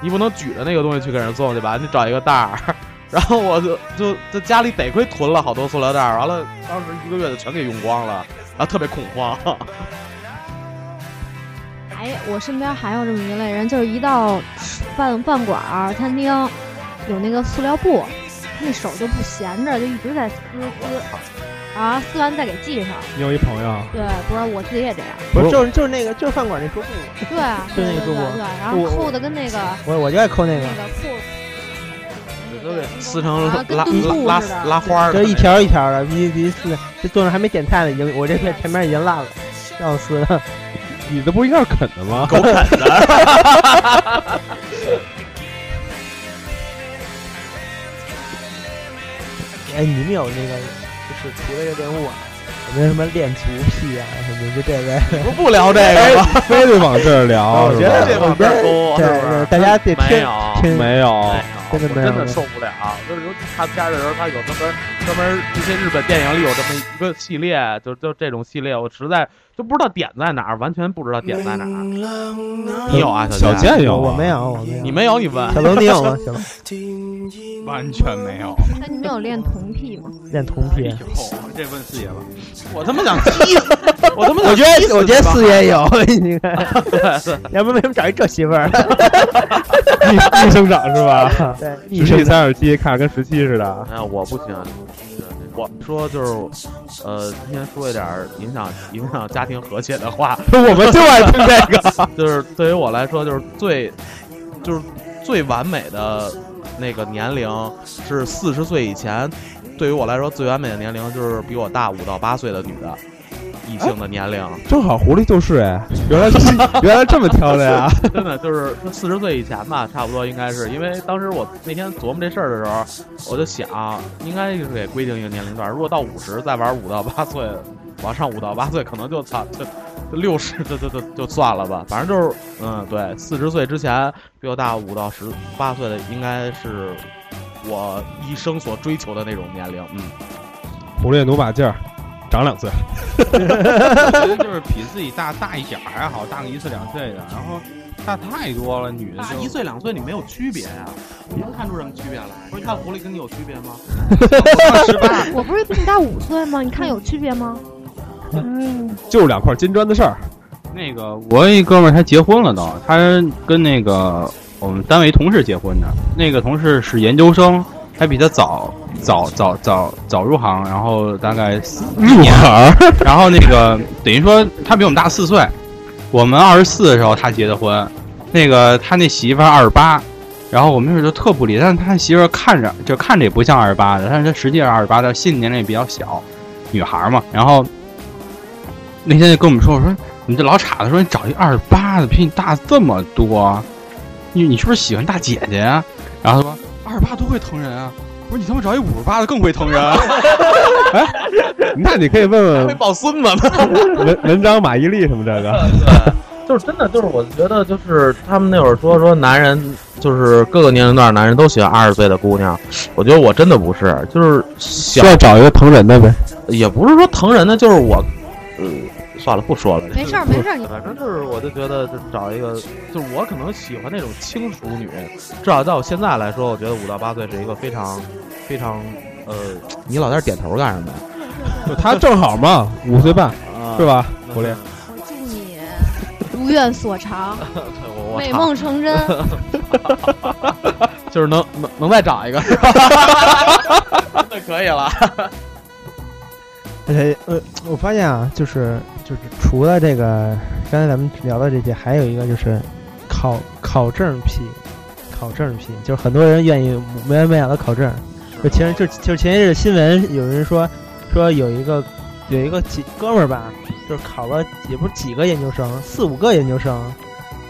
S4: 你不能举着那个东西去给人送去吧？你找一个袋儿。然后我就就在家里得亏囤了好多塑料袋儿，完了当时一个月就全给用光了，然后特别恐慌。
S6: 还我身边还有这么一类人，就是一到饭饭馆儿、餐厅，有那个塑料布，那手就不闲着，就一直在撕撕，然后撕完再给系上。
S5: 你有一朋友，
S6: 对，不是我自己也这样。
S3: 不
S5: 不
S3: 是
S5: 是
S3: 就是就是那个就是饭馆那桌布，
S6: 对，啊对
S3: 那
S6: 对
S3: 个桌
S6: 对
S3: 布
S6: 对，然
S3: 我
S6: 后扣的跟那个
S3: 我我就爱抠那
S6: 那
S3: 个，
S6: 个裤。
S4: 都得撕成
S6: 然
S4: 拉
S6: 后啊跟
S4: 拉
S6: 墩布
S4: 拉
S6: 似的
S4: 拉花儿的
S3: 就
S4: 那种，
S3: 是一条一条的，必须必须撕。这坐那还没点菜呢，已经我这边前面已经烂了，让我撕了。
S5: 你这不应该是啃的吗？
S4: 狗啃的。
S3: 哎，你们有那个就是除了这练物啊，有没有什么练足癖啊什么的？就这类。
S4: 不不聊这个吧，
S5: 非得往这儿聊，
S3: 啊我觉得
S5: 是
S4: 这
S5: 吧
S4: 往这儿勾，
S3: 对
S4: 是不是
S3: 对，大家得
S4: 没
S3: 听
S4: 有。
S3: 听。
S4: 没
S5: 没有
S4: 有，
S3: 真的
S4: 我
S3: 没有
S4: 真的受不了。啊就是尤其看片儿的时候，他有专门专门这些日本电影里有这么一个系列，就就这种系列，我实在就不知道点在哪儿，完全不知道点在哪
S6: 嗯
S4: 儿。你有啊，
S5: 小
S4: 健？
S5: 健有啊
S3: 我没，有，我没有。
S4: 你没有你问
S3: 小龙，你有吗？小龙
S7: 完全没有。
S6: 那你们有恋童癖吗？
S3: 练童癖
S7: 哎。呦，
S8: 哦
S7: 这问四爷吧，
S4: 我他妈想 踢，我他妈
S3: 我
S4: 想
S3: 觉
S4: 踢死
S3: 得我觉得
S4: 他
S3: 四爷有， 你看，要不为什么找一这媳妇儿？
S5: 一一生长是吧？
S3: 对，
S5: 十七三十七，看着跟十七似的。
S4: 哎，我不行。
S5: 嗯
S4: 我说就是，呃，今天说一点儿影响影响家庭和谐的话，
S5: 我们就爱听这个。
S4: 就是对于我来说，就是最就是最完美的那个年龄是四十岁以前。对于我来说，最完美的年龄就是比我大五到八岁的女的，异性的年龄，
S5: 正好狐狸就是哎，原来是原来这么挑的呀！
S4: 真的就是四十岁以前吧，差不多应该是。因为当时我那天琢磨这事儿的时候，我就想，应该是给规定一个年龄段，如果到五十再玩五到八岁，往上五到八岁可能就操就。就六十，就就就就算了吧，反正就是，嗯，对，四十岁之前比我大五到十八岁的，应该是我一生所追求的那种年龄，嗯，
S5: 狐狸努把劲儿，长两岁。
S7: 我觉得就是比自己大大一点儿还好，大个一岁两岁的，然后大太多了，女的
S4: 大
S7: 就
S4: 一岁两岁你没有区别呀、你能看出什么区别来？不是看狐狸跟你有区别吗？
S7: 十八，
S6: 我不是比你大五岁吗？你看有区别吗？
S5: 就是两块金砖的事儿，
S7: 那个我一哥们儿他结婚了都，他跟那个我们单位同事结婚的，那个同事是研究生，还比他早早早早早入行，然后大概四
S5: 入行
S7: 然后那个等于说他比我们大四岁，我们二十四的时候他结的婚，那个他那媳妇儿二十八，然后我们那时候就特不理，但是他媳妇儿看着就看着也不像二十八的，但是他实际上二十八，但心理年龄也比较小，女孩儿嘛。然后那天就跟我们说，我说你这老傻子说你找一二十八的比你大这么啊多，你你是不是喜欢大姐姐呀、然后他说二十八多会疼人啊。
S8: 不是你他妈找一五十八的更会疼人，啊
S5: 那你可以问
S4: 会
S5: 问
S4: 抱孙子吗？
S5: 文文章、马伊琍什么这个。
S4: 呃就是真的，就是我觉得，就是他们那会儿说说男人，就是各个年龄段男人都喜欢二十岁的姑娘。我觉得我真的不是，就是小
S10: 需要找一个疼人的呗。
S4: 也不是说疼人的，就是我，嗯，算了，不说了。
S6: 没事儿没事儿，你
S4: 反正就是，我就觉得就找一个，就是我可能喜欢那种轻熟女，至少到我现在来说，我觉得五到八岁是一个非常非常呃，你老在这点头干什么呀？
S5: 他正好嘛，五岁半
S4: 啊
S5: 是？吧？狐狸，
S6: 祝你 如愿所 长，
S4: 我我
S6: 美
S4: 操
S6: 梦成 真。
S4: 就是能能能再找一个， 那可以了。
S3: 而且呃，我发现啊，就是就是除了这个刚才咱们聊的这些，还有一个就是考考证批，考证批，就是很多人愿意没完没了的考证。就前就就前一阵新闻有人说说有一个有一个几哥们儿吧，就是考了也不是几个研究生，四五个研究生，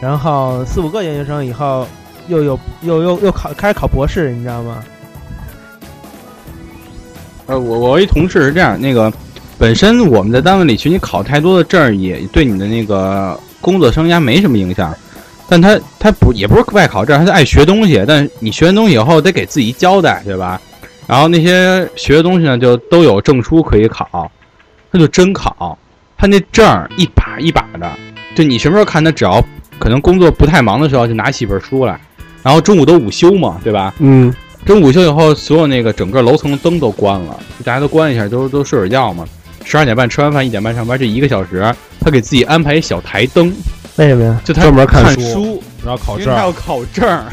S3: 然后四五个研究生以后又有又又又考开始考博士，你知道吗？
S7: 呃，我我一同事是这样，那个本身我们在单位里，其实你考太多的证儿也对你的那个工作生涯没什么影响。但他他不也不是爱考证，他是爱学东西。但是你学完东西以后得给自己一交代，对吧？然后那些学的东西呢，就都有证书可以考，他就真考。他那证儿一把一把的，就你什么时候看他，只要可能工作不太忙的时候，就拿起一本书来。然后中午都午休嘛，对吧？
S5: 嗯，
S7: 中午午休以后，所有那个整个楼层灯都关了，大家都关一下，都都睡会儿觉嘛。十二点半吃完饭，一点半上班，这一个小时，他给自己安排一小台灯，
S3: 为什么呀？
S7: 就他
S5: 专门看
S7: 看
S5: 书
S7: 书，
S5: 然后考
S7: 因为
S5: 证
S7: 他，要考证儿，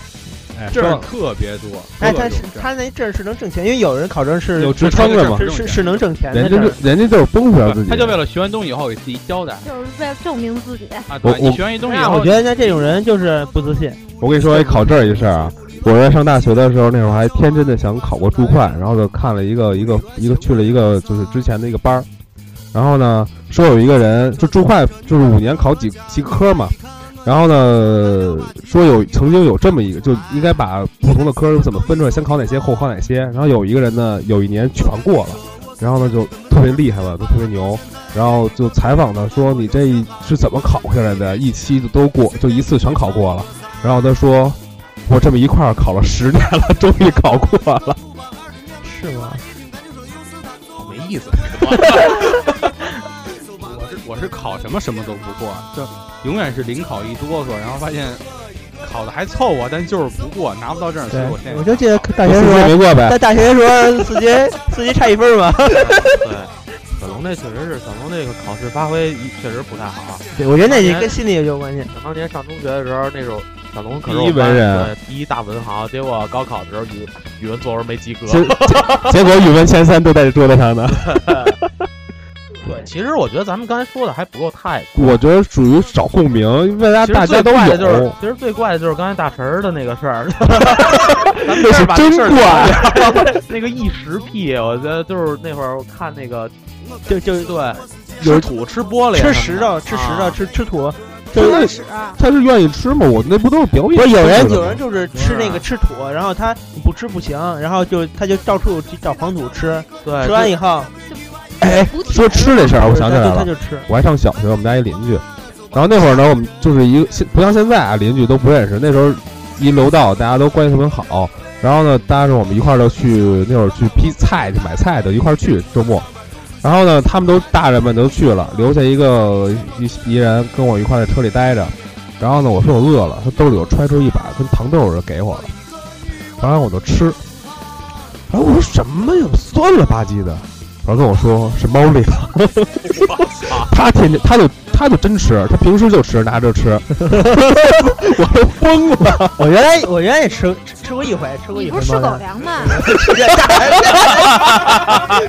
S5: 哎
S7: 证
S5: 说
S7: 儿
S5: 到
S7: 特别多。
S3: 哎，
S7: 各
S3: 他
S7: 种
S3: 是
S7: 证儿
S3: 他那证儿是能挣钱，因为有人考证是
S5: 有职
S7: 称的嘛
S3: 是是是能挣钱的
S5: 人家
S3: 证儿
S5: 就。人家就是崩溃自己
S7: 他。就为了学完东西以后给自己交代
S6: 就是为了证明自己，
S7: 啊，对
S5: 我
S7: 你学完一东西以
S3: 那我
S7: 后
S3: 觉，得像这种人就是不自信。
S5: 我跟你说一哎考证一事儿啊，我在上大学的时候，那会儿还天真的想考个注会，然后就看了一个一个一个去了一个就是之前的一个班儿，然后呢说有一个人就注会就是五年考几几科嘛，然后呢说有曾经有这么一个就应该把不同的科怎么分出来，先考哪些后考哪些，然后有一个人呢有一年全过了，然后呢就特别厉害了，就特别牛。然后就采访他说：“你这一是怎么考下来的？一期就都过，就一次全考过了。”然后他说：“我这么一块儿考了十年了，终于考过了。
S3: 是吗？
S4: 没意思。
S7: 我是我是考什么什么都不过，就永远是零考一哆嗦，然后发现考的还凑合，但就是不过，拿不到证儿，所以
S3: 对
S7: 我现在，
S3: 我就记得大
S5: 我
S3: 学啊
S5: 四
S3: 时
S5: 级
S3: 候，
S5: 没过呗。
S3: 在大学的时候， 四级四级差一分嘛。
S4: 对，小龙这确实是小龙这个考试发挥确实不太好。
S3: 对，我觉得那也跟心理也有关系。
S4: 想当年上中学的时候，那种小龙可是
S5: 第一
S4: 我们
S5: 文
S4: 班
S5: 人，
S4: 对第一大文豪，结果高考的时候语语文作文没及格。
S5: 结结结果语文前三都在这桌子上呢。
S4: 对，其实我觉得咱们刚才说的还不够太多。
S5: 我觉得属于找共鸣，因为大
S4: 其
S5: 家
S4: 实最
S5: 大家都
S4: 怪的就是
S5: 有，，
S4: 其实最怪的就是刚才大神儿的那个事 儿，咱们
S5: 那
S4: 这
S5: 是
S4: 儿把这事
S5: 真
S4: 儿
S5: 怪。
S4: 那个一时屁，我觉得就是那会儿我看那个，
S3: 就就
S4: 对，
S5: 有
S4: 吃土吃玻璃，
S3: 吃石头，吃石头，
S4: 啊
S3: 吃吃土。
S5: 就是
S6: 屎，
S5: 他是愿意吃吗？我那不都是表演？
S3: 不是有人
S5: 对
S3: 有
S5: 吧
S3: 人就是吃那个吃土，然后他不吃不行，然后就他就到处去找黄土吃，
S4: 对，
S3: 吃完
S4: 就
S3: 以后，
S5: 哎
S6: 补体
S5: 说吃这事儿，我想起来
S3: 他就他
S5: 了，
S3: 就吃。
S5: 我还上小学，我们家一邻居，然后那会儿呢，我们就是一个现不像现在啊，邻居都不认识。那时候一楼道大家都关系特别好，然后呢，搭着我们一块儿就去那会儿去批菜去买菜的，一块儿去周末。然后呢，他们都大人们都去了，留下一个一一人跟我一块儿在车里待着。然后呢，我说我饿了，他兜里又揣出一把跟糖豆似的给我了，然后我就吃。然后我说什么呀，酸了吧唧的。然后跟我说是猫粮，他天天他就他就真吃，他平时就吃拿 着吃，我都疯了。
S3: 我原来我原来也吃吃吃过一回，吃过一
S6: 你
S3: 回
S6: 不是吃
S3: 猫
S6: 狗
S3: 粮。
S6: 粮吗？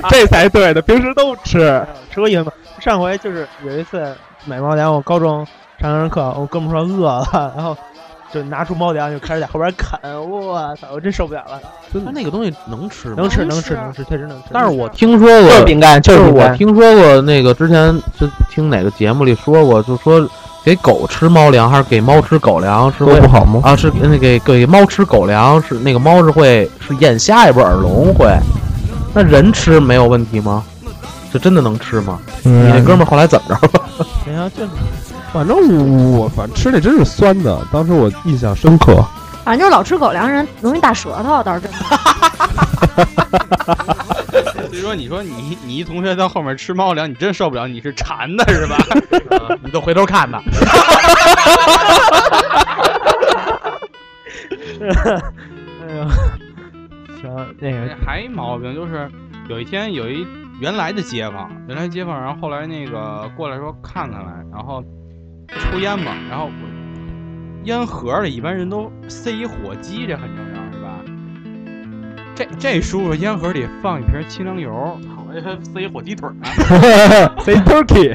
S5: 这才对的，平时都吃。
S3: 啊吃过一回吗？上回就是有一次买猫粮，我高中上英文课，我哥们说饿了，然后就拿出猫粮就开始在后边啃，我操，我真受不了 了。
S4: 它那个东西能吃吗？
S3: 能吃能
S6: 能
S3: 吃
S6: 吃
S3: 能吃，确实能吃。
S4: 但是我听说
S3: 就
S4: 过
S3: 是饼干，
S4: 就是
S3: 饼
S4: 我
S3: 干。
S4: 听说过那个之前就听哪个节目里说过，就说给狗吃猫粮还是给猫吃狗粮是会
S2: 不好吗？
S4: 啊，是那给给猫吃狗粮是那个猫是会是咽下一不是耳聋会，那人吃没有问题吗？这真的能吃吗？
S3: 嗯
S4: 你那哥们儿后来怎么着了？
S3: 然后就
S5: 反正我反正吃那真是酸的，当时我印象深刻。
S6: 反正就是老吃狗粮人容易打舌头，倒是真的。
S8: 所以说，你说你你一同学在后面吃猫粮，你真受不了，你是馋的是吧？
S4: 你都回头看呢。
S3: 哎呦，行， 那个
S8: 还一毛病就是，有一天有一原来的街坊，原来街坊，然后后来那个过来说看看来，然后抽烟嘛，然后我烟盒里一般人都塞一火机，这很正常是吧？ 这这叔叔烟盒里放一瓶清凉油，
S4: 哎塞一火鸡腿，
S3: say turkey，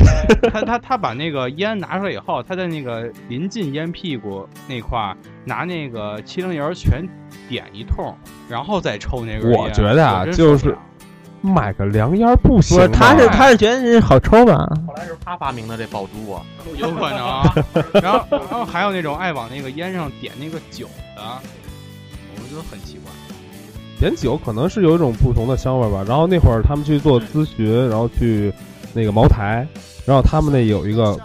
S8: 他他他把那个烟拿出来以后，他在那个临近烟屁股那块儿拿那个七零油全点一通，然后再抽那根烟。
S5: 我觉得啊
S8: 我真
S5: 就
S8: 受不了
S5: 买个凉烟儿不行
S3: 不是，
S5: 吗
S3: 他是他是觉得这好抽吧？
S4: 后来是他发明的这爆珠啊。
S8: 有可 能。然后然后还有那种爱往那个烟上点那个酒的，我觉得很奇怪。
S5: 点酒可能是有一种不同的香味儿吧。然后那会儿他们去做咨询，然后去那个茅台，然后他们那有一个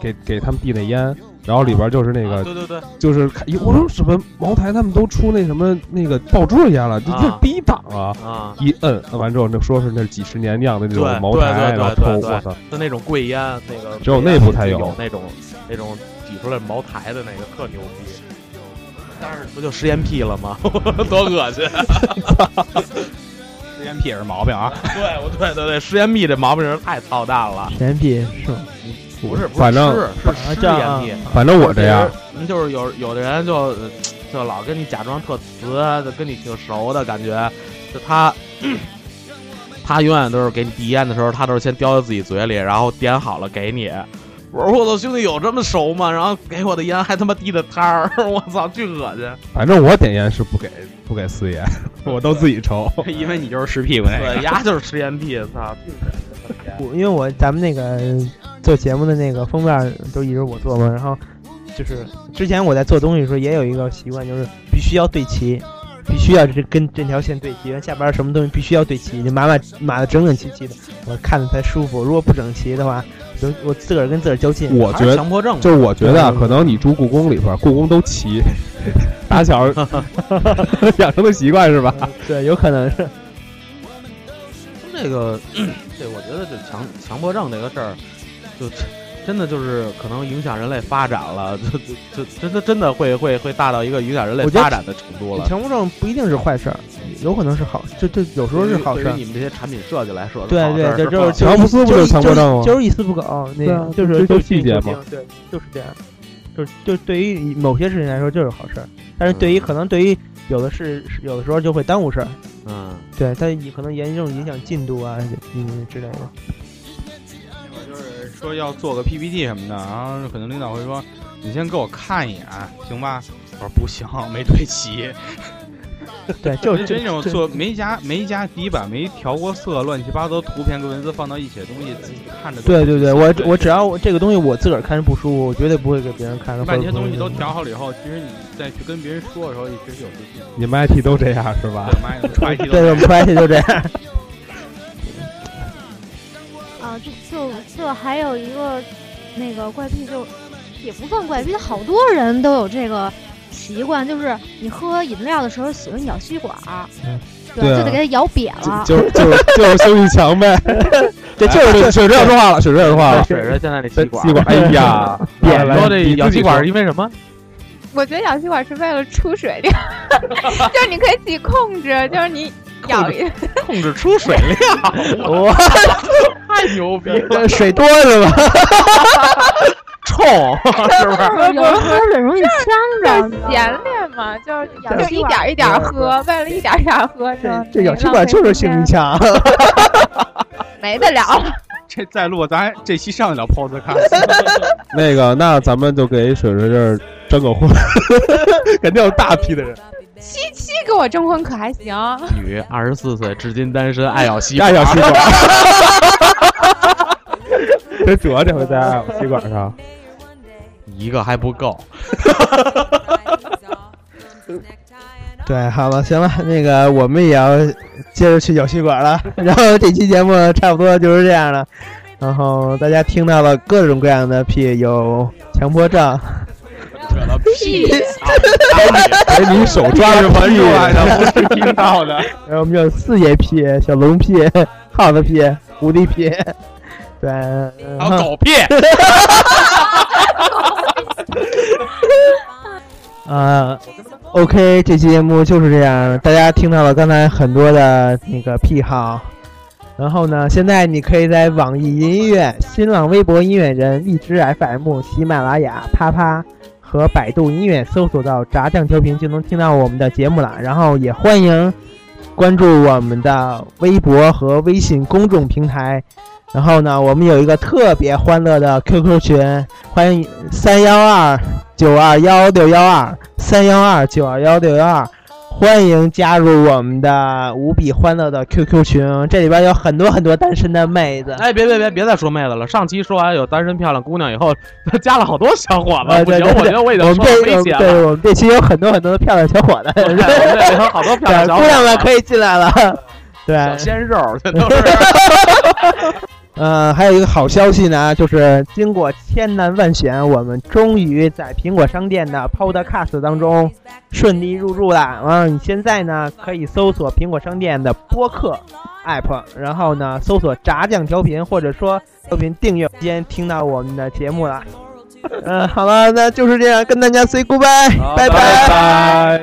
S5: 给给他们递那烟，然后里边就是那
S4: 啊
S5: 个
S4: 对对对，
S5: 就是看，咦我说什么茅台他们都出那什么那个爆珠的烟了，这这
S4: 啊
S5: 第一档啊。
S4: 啊，
S5: 一摁，摁完之后，那说是那是几十年酿的那种
S4: 对
S5: 茅台，
S4: 对对对
S5: 然后抽，
S4: 对对
S5: 我操！
S4: 就那种贵烟，那个
S5: 只有内部才有
S4: 有那种那种挤出来茅台的那个特牛逼。但是不就食盐屁了吗？ 多恶心！
S8: 吃烟屁也是毛病啊！
S4: 对，我对对对，食盐屁这毛病是太操蛋了。
S3: 甜品是吗？
S4: 不是，不是
S5: 反正
S4: 是是食
S3: 这样
S4: 盐
S3: 啊
S4: 屁。
S5: 反正我这样，
S4: 嗯，就是有有的人就呃就老跟你假装特瓷，就跟你挺熟的感觉，就他。他永远都是给你递烟的时候，他都是先叼到自己嘴里，然后点好了给你。我说我操，兄弟有这么熟吗？然后给我的烟还他妈递的摊儿， 我操，巨恶心。
S5: 反正我点烟是不给不给私烟， 我都自己 抽。
S8: 因为你就是吃屁股那
S5: 哎
S8: 个。
S4: 对，丫就是吃烟屁，操！
S3: 我因为我咱们那个做节目的那个封面都一直我做嘛，然后就是之前我在做东西的时候也有一个习惯，就是必须要对齐，必须要这跟这条线对齐，下边什么东西必须要对齐，就码码码的整整齐齐的，我看着才舒服。如果不整齐的话，就我自个儿跟自个儿较劲。
S5: 我觉得
S4: 强迫症
S5: 就是我觉得啊，
S3: 嗯
S5: 可能你住故宫里 边儿，故宫都齐， 打小养成的习惯是吧？
S3: 嗯对，有可能是
S4: 这个， 这我觉得这强强迫症这个事儿，就真的就是可能影响人类发展了，就就就真的真的会会会大到一个影响人类
S3: 我觉得
S4: 发展的程度了。
S3: 强迫症不一定是坏事儿，有可能是好，这这有时候是好事
S4: 对
S3: 儿
S4: 于。你们这些产品设计来说，
S3: 对对对，就是
S5: 乔布斯不
S3: 就
S5: 就是是强迫症吗
S3: 就是一丝不苟，那
S5: 对
S3: 个
S5: 啊
S3: 就是
S5: 就
S3: 就
S5: 就细节嘛，
S3: 对，就是这样，就是就对于某些事情来说就是好事儿，但是
S8: 嗯
S3: 对于可能对于有的事有的时候就会耽误事儿，
S4: 嗯，
S3: 对，它也可能严重影响进度啊，嗯之类的。
S8: 就是说要做个 PPT 什么的，然后可能领导会说：“你先给我看一眼，行吧？”我说：“不行，没对 齐。
S3: 对，” 就
S8: 就
S3: 就
S8: 那种
S3: 就
S8: 做没加没加底板、没调过色、乱七八糟图片跟文字放到一起的东西，自己看着都
S3: 对对对，我
S8: 对
S3: 我只要我这个东西我自个儿看着不舒服，我绝对不会给别人看的。
S8: 你把这
S3: 这
S8: 些东西都调好了以后，其实你再去跟别人说的时候，其实有自信。
S5: 你们 IT 都这样是吧？
S8: 对，妈呀，踹一踢都
S3: 对，我们关系就这样。
S6: 啊，就就就还有一个那个怪癖就，也不算怪癖，好多人都有这个习惯，就是你喝饮料的时候喜欢咬吸管儿，
S3: 嗯
S6: 对吧
S5: 对啊
S6: 就得给它咬扁
S1: 啊
S6: 了。
S5: 就就就就是兄弟强呗。 哎
S3: 对，就
S5: 水
S3: 是
S5: 水水要说话了，水水要说话了。
S4: 水着现在这
S5: 吸
S4: 吸管，
S5: 管，哎呀，
S4: 扁
S5: 来
S4: 说这
S5: 你
S4: 咬
S5: 自己
S4: 吸管
S5: 说
S4: 是因为什么？
S1: 我觉得咬吸管是为了出水量， 就是你可以自己控制，就是你咬一，
S4: 控制出水量，
S3: 我
S4: 太牛逼了！
S1: 啊
S3: 水多了吧？
S4: 冲，是不是？
S6: 有人喝水容易 呛
S1: 就是
S6: 着，你知道
S1: 闲
S6: 吗
S1: 练嘛，就是
S6: 咬
S1: 就
S6: 吸
S1: 一
S6: 管
S1: 点一点喝，为了一点一点喝，
S3: 这
S1: 就
S3: 这咬吸管就是性
S1: 浪费时间啊
S3: 强。
S1: 没得了了。
S8: 这再录，咱这期上得了 Podcast。
S5: 那个，那咱们就给水水这儿 征个婚，肯定有大批的人
S1: 七七给我征婚可还行，
S4: 女，二十四岁，至今单身，爱咬吸管。
S5: 爱咬吸管。 啊这得这回在爱咬吸管上，
S4: 一个还不够。
S3: 对，好了，行了，那个我们也要接着去小吸管了。 然后这期节目差不多就是这样了。然后大家听到了各种各样的屁，有强迫症，
S11: 屁，
S5: 哎，你手抓着门出来的，不是听到的。
S3: 然后我们有四叶屁、小龙屁、耗子屁、狐狸屁，对，嗯然
S8: 还有
S3: 后
S8: 狗屁，
S3: 啊、o k 这期节目就是这样，大家听到了刚才很多的那个癖好，然后呢，现在你可以在网易云音乐、新浪微博音乐人、荔枝 FM、喜马拉雅、啪啪和百度音乐搜索到“炸酱调频”就能听到我们的节目了。然后也欢迎关注我们的微博和微信公众平台。然后呢，我们有一个特别欢乐的 QQ 群，欢迎三幺二九二幺六幺二三幺二九二幺六幺二，欢迎加入我们的无比欢乐的 QQ 群，这里边有很多很多单身的妹子。
S4: 哎，别别别，别再说妹子了。上期说完有单身漂亮姑娘以后， 加了好多小伙
S3: 哎
S4: 子，不
S3: 对
S4: 行，
S3: 对
S4: 我觉
S3: 对
S4: 得我已
S3: 我们
S4: 经说
S3: 这
S4: 危
S3: 我
S4: 险了。
S3: 对我们这期有很多很多的漂亮小伙子，
S4: 我们这有好多漂
S3: 对
S4: 亮小
S3: 姑
S4: 伙
S3: 娘们
S4: 子，
S3: 可以进来了。 对，
S4: 小鲜肉，这都是。
S3: 呃，还有一个好消息呢，就是经过千难万险，我们终于在苹果商店的 Podcast 当中顺利入驻了。然后你现在呢，可以搜索苹果商店的播客 App，然后呢，搜索“炸酱调频”或者说“调频订阅”，间听到我们的节目了。嗯、好了，那就是这样，跟大家 say goodbye，
S5: 好
S3: 拜拜
S5: 拜拜。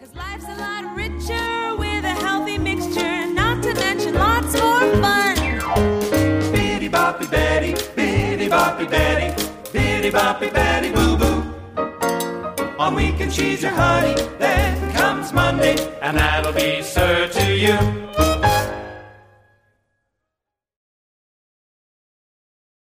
S12: Cause life's a lot richer with a healthy mixture, not to mention lots more fun.
S9: Bitty boppy Betty, bitty boppy Betty, bitty boppy Betty boo boo. On weekends she's your honey, then comes Monday, and that'll be sir to you.